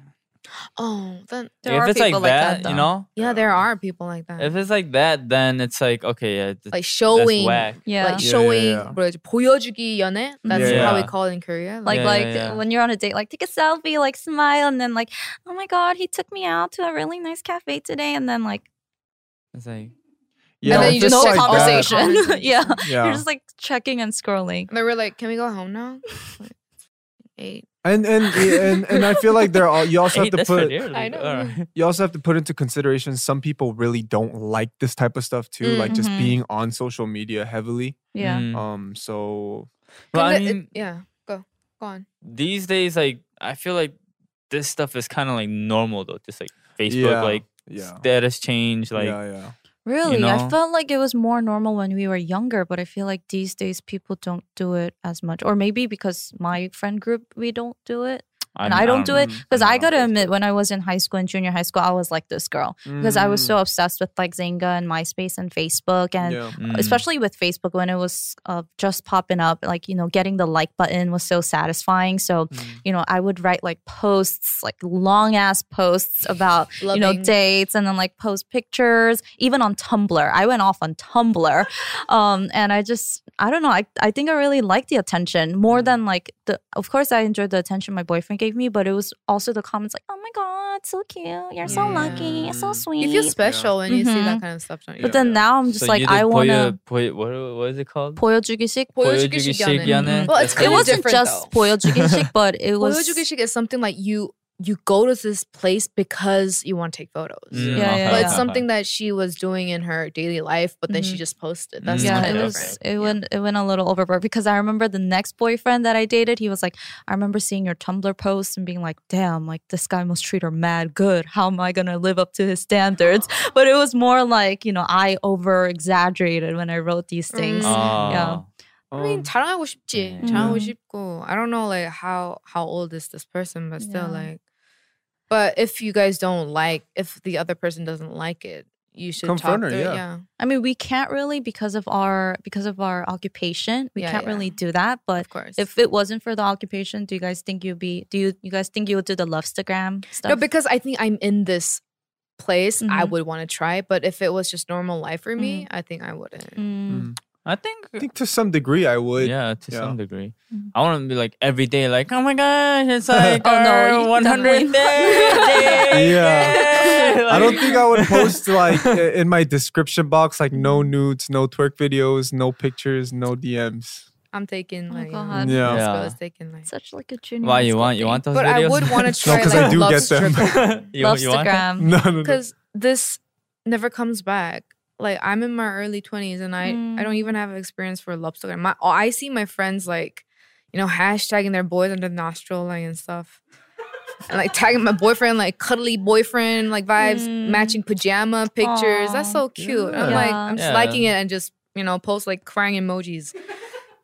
Speaker 4: Oh, then
Speaker 5: There
Speaker 3: if
Speaker 5: are
Speaker 3: it's like
Speaker 5: people like that,
Speaker 3: that, you
Speaker 5: though.
Speaker 3: know,
Speaker 4: yeah, there are people like that.
Speaker 3: if it's like that, then it's like okay, yeah, th-
Speaker 4: like
Speaker 3: that's
Speaker 4: showing,
Speaker 3: whack.
Speaker 5: Yeah.
Speaker 4: like
Speaker 2: Yeah, yeah,
Speaker 4: showing,
Speaker 2: yeah.
Speaker 4: 뭐라지? 보여주기 연애. That's
Speaker 3: Yeah,
Speaker 4: how
Speaker 3: yeah.
Speaker 4: we call it in Korea.
Speaker 5: like
Speaker 3: Yeah,
Speaker 5: like
Speaker 3: yeah, yeah.
Speaker 5: when you're on a date like take a selfie like smile and then like oh my god he took me out to a really nice cafe today and then like
Speaker 3: It's like
Speaker 2: Yeah,
Speaker 4: then
Speaker 2: if
Speaker 4: you
Speaker 2: it's
Speaker 5: no
Speaker 4: just check all the
Speaker 2: that-
Speaker 4: conversation.
Speaker 5: conversation yeah
Speaker 2: Yeah.
Speaker 5: you're just like checking and scrolling
Speaker 4: And they were like, "Can we go home now?" Like, Eight.
Speaker 2: And and and and I feel like there are you also
Speaker 3: hey,
Speaker 2: have to
Speaker 3: that's
Speaker 2: put
Speaker 3: fairly-
Speaker 4: I know.
Speaker 3: alright.
Speaker 2: you also have to put into consideration some people really don't like this type of stuff
Speaker 4: Mm,
Speaker 2: too, like just
Speaker 4: mm-hmm.
Speaker 5: Mhm.
Speaker 2: being on social media heavily.
Speaker 5: yeah
Speaker 3: Mm.
Speaker 2: Um, so
Speaker 3: Well, I
Speaker 4: Kinda- it-
Speaker 3: mean,
Speaker 4: yeah, go, go on.
Speaker 3: these days, like I feel like this stuff is kind of like normal though. Just like Facebook,
Speaker 2: Yeah,
Speaker 3: like
Speaker 2: yeah,
Speaker 3: status change, like
Speaker 2: yeah, yeah.
Speaker 5: really
Speaker 3: know?
Speaker 5: i felt like it was more normal when we were younger but i feel like these days people don't do it as much or maybe because my friend group we don't do it and I, don't, do it because I gotta admit, when I was in high school and junior high school, I was like this girl because I was
Speaker 2: Mm,
Speaker 5: so obsessed with like Zynga and MySpace and Facebook and
Speaker 2: yeah.
Speaker 3: Mm.
Speaker 5: especially with Facebook when it was uh, just popping up, like, you know, getting the like button was so satisfying. So,
Speaker 3: Mm.
Speaker 5: you know, I would write like posts, like long ass posts about, you know,
Speaker 4: Loving.
Speaker 5: dates and then like post pictures, even on Tumblr. I went off on Tumblr. Um, and I just, I don't know, I, I think I really liked the attention more
Speaker 3: Mm.
Speaker 5: than like the, of course, I enjoyed the attention my boyfriend gave me, but it was also the comments like, oh my God, so cute. You're so lucky. It's so sweet.
Speaker 4: You feel special when you see that
Speaker 5: Mhm.
Speaker 4: kind of stuff, don't you?
Speaker 5: but then now I'm just
Speaker 3: Mm. So
Speaker 5: like,
Speaker 3: you did
Speaker 5: I want to.
Speaker 3: 보여- 보여- what, what is it called?
Speaker 5: 보여주기식
Speaker 4: 보여주기
Speaker 3: 보여주기
Speaker 4: 시기하는.
Speaker 3: 시기하는?
Speaker 4: Well,
Speaker 3: That's
Speaker 4: it's
Speaker 5: it
Speaker 4: kinda
Speaker 3: what
Speaker 5: wasn't
Speaker 4: different,
Speaker 5: just
Speaker 4: though.
Speaker 5: 보여주기식, but it was
Speaker 4: Boyojugishik is something like you you go to this place because you want to take photos.
Speaker 3: Mm,
Speaker 5: Yeah, yeah,
Speaker 4: But
Speaker 5: yeah.
Speaker 4: it's something that she was doing in her daily life, but then she
Speaker 5: Mhm.
Speaker 4: just posted. That's
Speaker 3: Mm,
Speaker 5: yeah,
Speaker 4: kind
Speaker 5: it
Speaker 4: of
Speaker 3: okay.
Speaker 5: was
Speaker 4: different.
Speaker 5: it went it went a little overboard because I remember the next boyfriend that I dated, he was like, I remember seeing your Tumblr post and being like, damn, like this guy must treat her mad good. How am I gonna live up to his standards? But it was more like, you know, I over exaggerated when I wrote these things.
Speaker 4: Mm.
Speaker 3: Ah.
Speaker 4: I
Speaker 2: Um,
Speaker 4: mean, 자랑하고 싶지.
Speaker 3: Yeah.
Speaker 4: 자랑하고 싶고. I don't know like how how old is this person, but still
Speaker 5: Yeah.
Speaker 4: like. But if you guys don't like, if the other person doesn't like it, you should
Speaker 2: Confront
Speaker 4: talk
Speaker 2: her,
Speaker 4: through it.
Speaker 2: yeah.
Speaker 4: Yeah.
Speaker 5: I mean, we can't really because of our because of our occupation, we
Speaker 4: Yeah,
Speaker 5: can't
Speaker 4: yeah.
Speaker 5: really do that. But
Speaker 4: Of course.
Speaker 5: if it wasn't for the occupation, do you guys think you'd be do you you guys think you would do the Lovestagram stuff?
Speaker 4: No, because I think I'm in this place, I
Speaker 5: Mhm.
Speaker 4: would want to try. But if it was just normal life for me, I think I wouldn't.
Speaker 5: Mm.
Speaker 3: I think,
Speaker 2: I think to some degree I would.
Speaker 3: yeah, to
Speaker 2: yeah.
Speaker 3: some degree.
Speaker 5: Mm.
Speaker 3: I want to be like every day, like, oh my gosh, it's like
Speaker 5: Oh, no,
Speaker 3: our
Speaker 5: you
Speaker 3: 100th
Speaker 5: definitely-
Speaker 3: day.
Speaker 2: Yeah.
Speaker 3: yay!
Speaker 2: I don't
Speaker 3: Like-
Speaker 2: think I would post like i- in my description box like no
Speaker 4: Mm.
Speaker 2: nudes, no twerk videos, no pictures, no DMs.
Speaker 4: I'm taking
Speaker 5: Oh,
Speaker 4: like you know,
Speaker 5: God.
Speaker 2: Yeah.
Speaker 4: this girl
Speaker 3: Yeah.
Speaker 4: is taking like.
Speaker 5: Such like a junior.
Speaker 3: Why
Speaker 5: high
Speaker 3: you
Speaker 5: school
Speaker 3: want you
Speaker 5: thing.
Speaker 3: want those
Speaker 4: But I
Speaker 3: videos?
Speaker 4: would want to try
Speaker 2: 'cause I
Speaker 4: like
Speaker 2: do
Speaker 4: love
Speaker 2: get them.
Speaker 4: stripping
Speaker 3: you, want- you want that?
Speaker 5: Lovestagram.
Speaker 2: No, no, no.
Speaker 4: because this never comes back. Like I'm in my early 20s and I I
Speaker 5: Mm.
Speaker 4: don't even have experience for Lobster. My oh, I see my friends like you know hashtagging their boys under the nostril like and stuff. And like tagging my boyfriend, like cuddly boyfriend, like vibes,
Speaker 5: Mm.
Speaker 4: matching pajama pictures. That's
Speaker 5: Aw.
Speaker 4: so cute. I'm
Speaker 5: Yeah.
Speaker 4: like, I'm just
Speaker 3: Yeah.
Speaker 4: liking it and just, you know, post like crying emojis.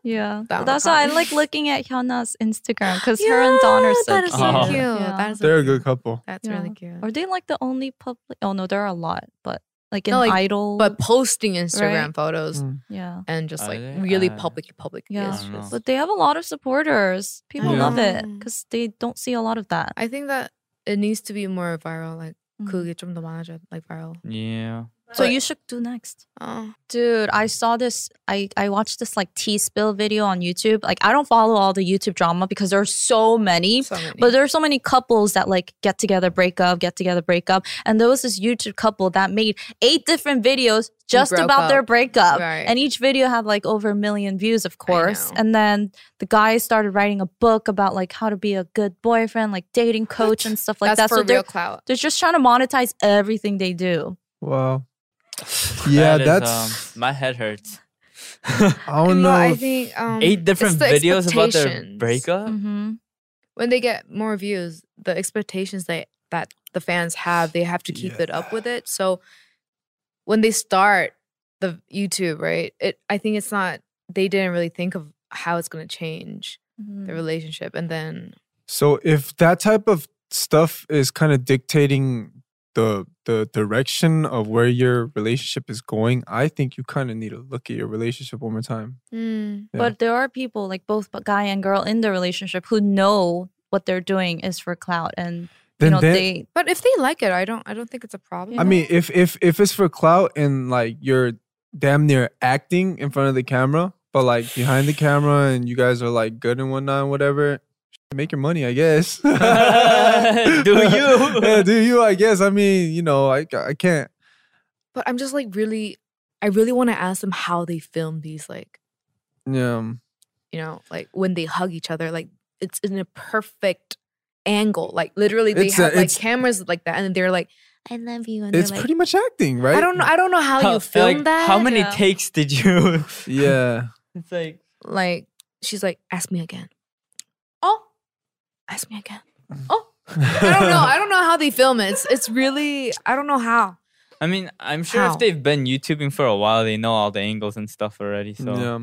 Speaker 5: Yeah,
Speaker 4: That
Speaker 5: that's
Speaker 4: one.
Speaker 5: why I like looking at Hyuna's Instagram because her and Don are so
Speaker 4: that is
Speaker 5: cute.
Speaker 4: so
Speaker 3: Oh.
Speaker 4: cute.
Speaker 5: Yeah.
Speaker 4: That is so
Speaker 2: They're a
Speaker 4: cute.
Speaker 2: good couple.
Speaker 4: That's
Speaker 5: Yeah.
Speaker 4: really cute.
Speaker 5: Are they like the only public? Oh no, there are a lot, but like in
Speaker 4: No, like,
Speaker 5: Idol.
Speaker 4: But posting Instagram photos
Speaker 2: Mm.
Speaker 5: yeah,
Speaker 4: and just
Speaker 3: Are
Speaker 4: like
Speaker 3: they?
Speaker 4: really
Speaker 3: Uh,
Speaker 4: public, public.
Speaker 5: yeah.
Speaker 4: is
Speaker 3: I don't know.
Speaker 4: just-
Speaker 5: but they have a lot of supporters. People
Speaker 2: Yeah.
Speaker 5: love it
Speaker 4: Mm.
Speaker 5: because they don't see a lot of that.
Speaker 4: I think that it needs to be more viral. Like
Speaker 5: Mm.
Speaker 4: 그게 좀더 많아져, like viral.
Speaker 3: Yeah.
Speaker 5: So
Speaker 4: But-
Speaker 5: you should do next.
Speaker 4: Oh.
Speaker 5: Dude, I saw this. I, I watched this like tea spill video on YouTube. Like, I don't follow all the YouTube drama because there are so many.
Speaker 4: So many.
Speaker 5: But there are so many couples that like get together, break up, get together, break up. And there was this YouTube couple that made eight different videos just
Speaker 4: broke
Speaker 5: about their
Speaker 4: up.
Speaker 5: breakup.
Speaker 4: Right.
Speaker 5: And each video had like over a million views, of course.
Speaker 4: know.
Speaker 5: And then the guy started writing a book about like how to be a good boyfriend, like dating coach and stuff like
Speaker 4: That's
Speaker 5: that.
Speaker 4: for
Speaker 5: so they're,
Speaker 4: real clout.
Speaker 5: they're just trying to monetize everything they do.
Speaker 2: Wow. Yeah,
Speaker 3: That is,
Speaker 2: that's.
Speaker 3: um, my head hurts.
Speaker 2: I don't know.
Speaker 4: no, I
Speaker 2: if-
Speaker 4: think um,
Speaker 3: Oh, Eight different
Speaker 4: it's the
Speaker 3: videos about their
Speaker 4: expectations.
Speaker 3: breakup.
Speaker 5: hmm
Speaker 4: When they get more views, the expectations that that the fans have, they have to keep it up with it. So when they start the YouTube, right? It I think it's not they didn't really think of how it's going to change
Speaker 5: Mm-hmm.
Speaker 4: the relationship, and then
Speaker 2: So if that type of stuff is kind of dictating the the direction of where your relationship is going, I think you kind of need to look at your relationship one more time.
Speaker 4: mm,
Speaker 2: Yeah.
Speaker 5: But there are people like both b- guy and girl in the relationship who know what they're doing is for clout and you
Speaker 2: Then
Speaker 5: know
Speaker 2: they-
Speaker 5: they
Speaker 4: but if they like it, I don't I don't think it's a problem.
Speaker 2: I mean, if if if it's for clout and like you're damn near acting in front of the camera, but like behind the camera and you guys are like good and whatnot, whatever. Make your money, I guess. do
Speaker 3: you?
Speaker 2: yeah, do you? I guess. I mean, you know, I I can't.
Speaker 4: but I'm just like really, I really want to ask them how they film these like
Speaker 2: Yeah.
Speaker 4: you know, like when they hug each other, like it's in a perfect angle. Like literally they
Speaker 2: It's a-
Speaker 4: have like
Speaker 2: it's-
Speaker 4: cameras like that and then they're like, I love you. And
Speaker 2: It's
Speaker 4: they're like,
Speaker 2: pretty much acting, right?
Speaker 4: I don't know I don't know how,
Speaker 3: feel
Speaker 4: you film
Speaker 3: like,
Speaker 4: that.
Speaker 3: How many
Speaker 5: Yeah.
Speaker 3: takes did you?
Speaker 2: Yeah.
Speaker 3: it's like
Speaker 4: like she's like, ask me again. Oh, ask me again. Oh. I don't know. I don't know how they film it. It's it's really I don't know how.
Speaker 3: I mean, I'm sure
Speaker 4: How?
Speaker 3: if they've been YouTubing for a while, they know all the angles and stuff already. So
Speaker 2: Yeah.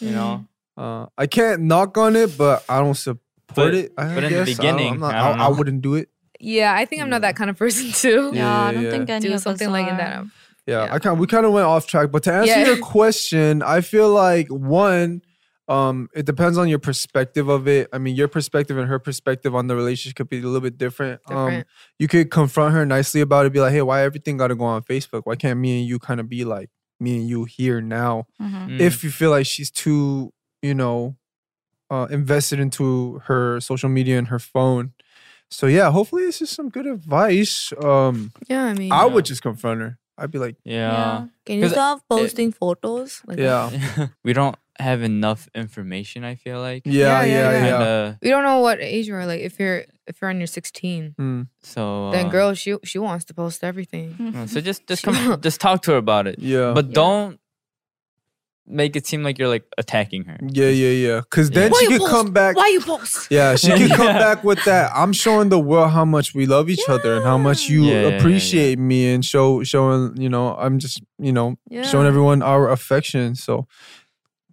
Speaker 3: you know,
Speaker 2: Uh, I can't knock on it, but I don't support
Speaker 3: But-
Speaker 2: it. I
Speaker 3: but in the
Speaker 2: guess. I don't-
Speaker 3: beginning,
Speaker 2: I'm not-
Speaker 3: I don't
Speaker 2: I- I
Speaker 3: know.
Speaker 2: wouldn't do it.
Speaker 4: Yeah, I think I'm not that kind of person too.
Speaker 2: Mm. Yeah,
Speaker 5: yeah, I don't
Speaker 2: yeah.
Speaker 5: think any
Speaker 4: Do
Speaker 5: of
Speaker 4: something
Speaker 5: us
Speaker 4: like
Speaker 5: are.
Speaker 4: that.
Speaker 2: Yeah,
Speaker 4: Yeah.
Speaker 2: I kind we kind of went off track, but to answer
Speaker 4: Yeah.
Speaker 2: your question, I feel like one, um, it depends on your perspective of it. I mean, your perspective and her perspective on the relationship could be a little bit different. Um,
Speaker 4: Different.
Speaker 2: you could confront her nicely about it, be like, "Hey, why everything got to go on Facebook? Why can't me and you kind of be like me and you here now?"
Speaker 5: Mhm.
Speaker 3: mm,
Speaker 2: if you feel like she's too, you know, uh, invested into her social media and her phone. So yeah, hopefully this is some good advice. Um,
Speaker 4: Yeah, I mean
Speaker 2: I
Speaker 3: Yeah.
Speaker 2: would just confront her. I'd be like,
Speaker 3: yeah.
Speaker 4: can you
Speaker 3: 'Cause
Speaker 4: stop posting photos? Like,
Speaker 2: Eh, yeah,
Speaker 3: we don't have enough information. I feel like uh,
Speaker 2: yeah, yeah, yeah.
Speaker 4: yeah.
Speaker 3: Kinda-
Speaker 4: We don't know what age you are. Like if you're if you're on your 16,
Speaker 2: Mm,
Speaker 3: So uh,
Speaker 4: then girl, she she wants to post everything.
Speaker 3: no, So just just come, just talk to her about it,
Speaker 2: yeah.
Speaker 3: but don't make it seem like you're like attacking her.
Speaker 2: yeah, yeah, yeah. Because then
Speaker 3: Why
Speaker 2: she could come back.
Speaker 4: Why you post?
Speaker 2: Yeah, she could come
Speaker 3: Yeah.
Speaker 2: back with that. I'm showing the world how much we love each other and how much
Speaker 3: Yeah,
Speaker 2: you
Speaker 3: yeah, yeah, yeah.
Speaker 2: appreciate me and show showing, you know, I'm just, you know, showing everyone our affection. So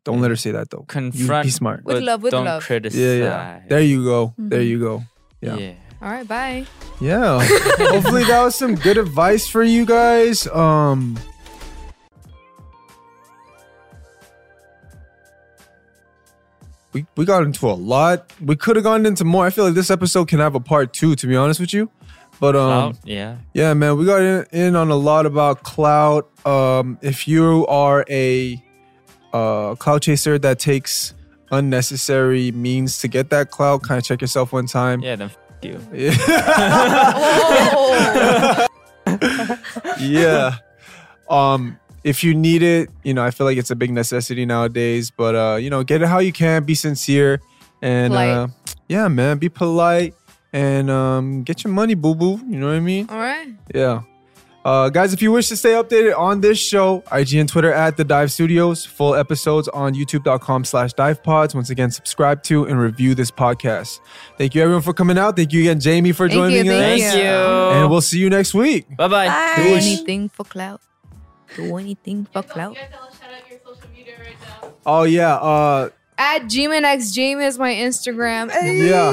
Speaker 2: don't let her say that though.
Speaker 3: Confront
Speaker 2: you be smart.
Speaker 4: With
Speaker 3: but
Speaker 4: love, with
Speaker 3: don't
Speaker 4: love.
Speaker 3: criticize.
Speaker 2: Yeah, yeah. There you go. There you go. yeah.
Speaker 4: All right, bye.
Speaker 2: Yeah. Hopefully that was some good advice for you guys. Um We, we got into a lot. We could have gone into more. I feel like this episode can have a part two, to be honest with you. But um,
Speaker 3: Clout, yeah.
Speaker 2: yeah, man, we got in, in on a lot about cloud. Um, if you are a uh, cloud chaser that takes unnecessary means to get that cloud, kind of check yourself one time.
Speaker 3: Yeah, then f- you.
Speaker 4: Oh.
Speaker 2: yeah. Um, if you need it, you know, I feel like it's a big necessity nowadays. But uh, you know, get it how you can. Be sincere, and
Speaker 4: Polite.
Speaker 2: uh, yeah, man, be polite and um, get your money, boo boo. You know what I mean?
Speaker 4: All right.
Speaker 2: Yeah. Uh, guys, if you wish to stay updated on this show, IG and Twitter at The Dive Studios, full episodes on youtube.com slash dive pods. Once again, subscribe to and review this podcast. Thank you everyone for coming out. Thank you again, Jamie, for
Speaker 4: Thank
Speaker 2: joining
Speaker 4: you.
Speaker 2: us.
Speaker 4: Thank,
Speaker 3: Thank you.
Speaker 2: And we'll see you next week.
Speaker 3: Bye bye.
Speaker 4: Do anything for clout. Do anything for clout.
Speaker 2: Oh, yeah. Uh,
Speaker 4: At GmanXGame is my Instagram.
Speaker 2: Yeah.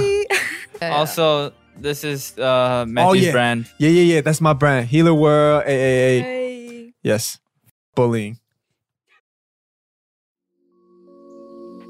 Speaker 4: Yeah.
Speaker 3: Also, this is uh, Matthew's
Speaker 2: yeah.
Speaker 3: brand.
Speaker 2: yeah, yeah, yeah. That's my brand. Healer World. AAA.
Speaker 4: Hey.
Speaker 2: Yes. Bullying.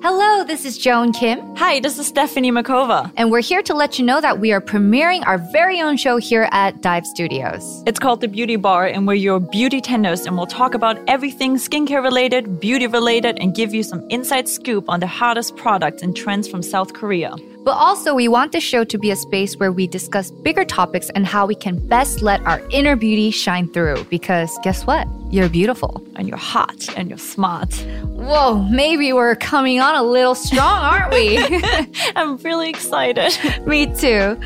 Speaker 11: Hello, this is Joan Kim.
Speaker 5: Hi, this is Stephanie Makova.
Speaker 11: And we're here to let you know that we are premiering our very own show here at Dive Studios.
Speaker 5: It's called The Beauty Bar, and we're your beauty tenders, and we'll talk about everything skincare related, beauty related, and give you some inside scoop on the hottest products and trends from South Korea.
Speaker 11: But also, we want the show to be a space where we discuss bigger topics and how we can best let our inner beauty shine through. Because guess what? You're beautiful.
Speaker 5: And you're hot and you're smart.
Speaker 11: Whoa, maybe we're coming on a little strong, aren't we?
Speaker 5: I'm really excited.
Speaker 11: Me too.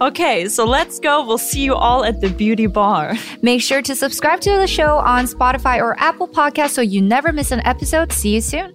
Speaker 5: Okay, so let's go. We'll see you all at the beauty bar.
Speaker 11: Make sure to subscribe to the show on Spotify or Apple Podcasts so you never miss an episode. See you soon.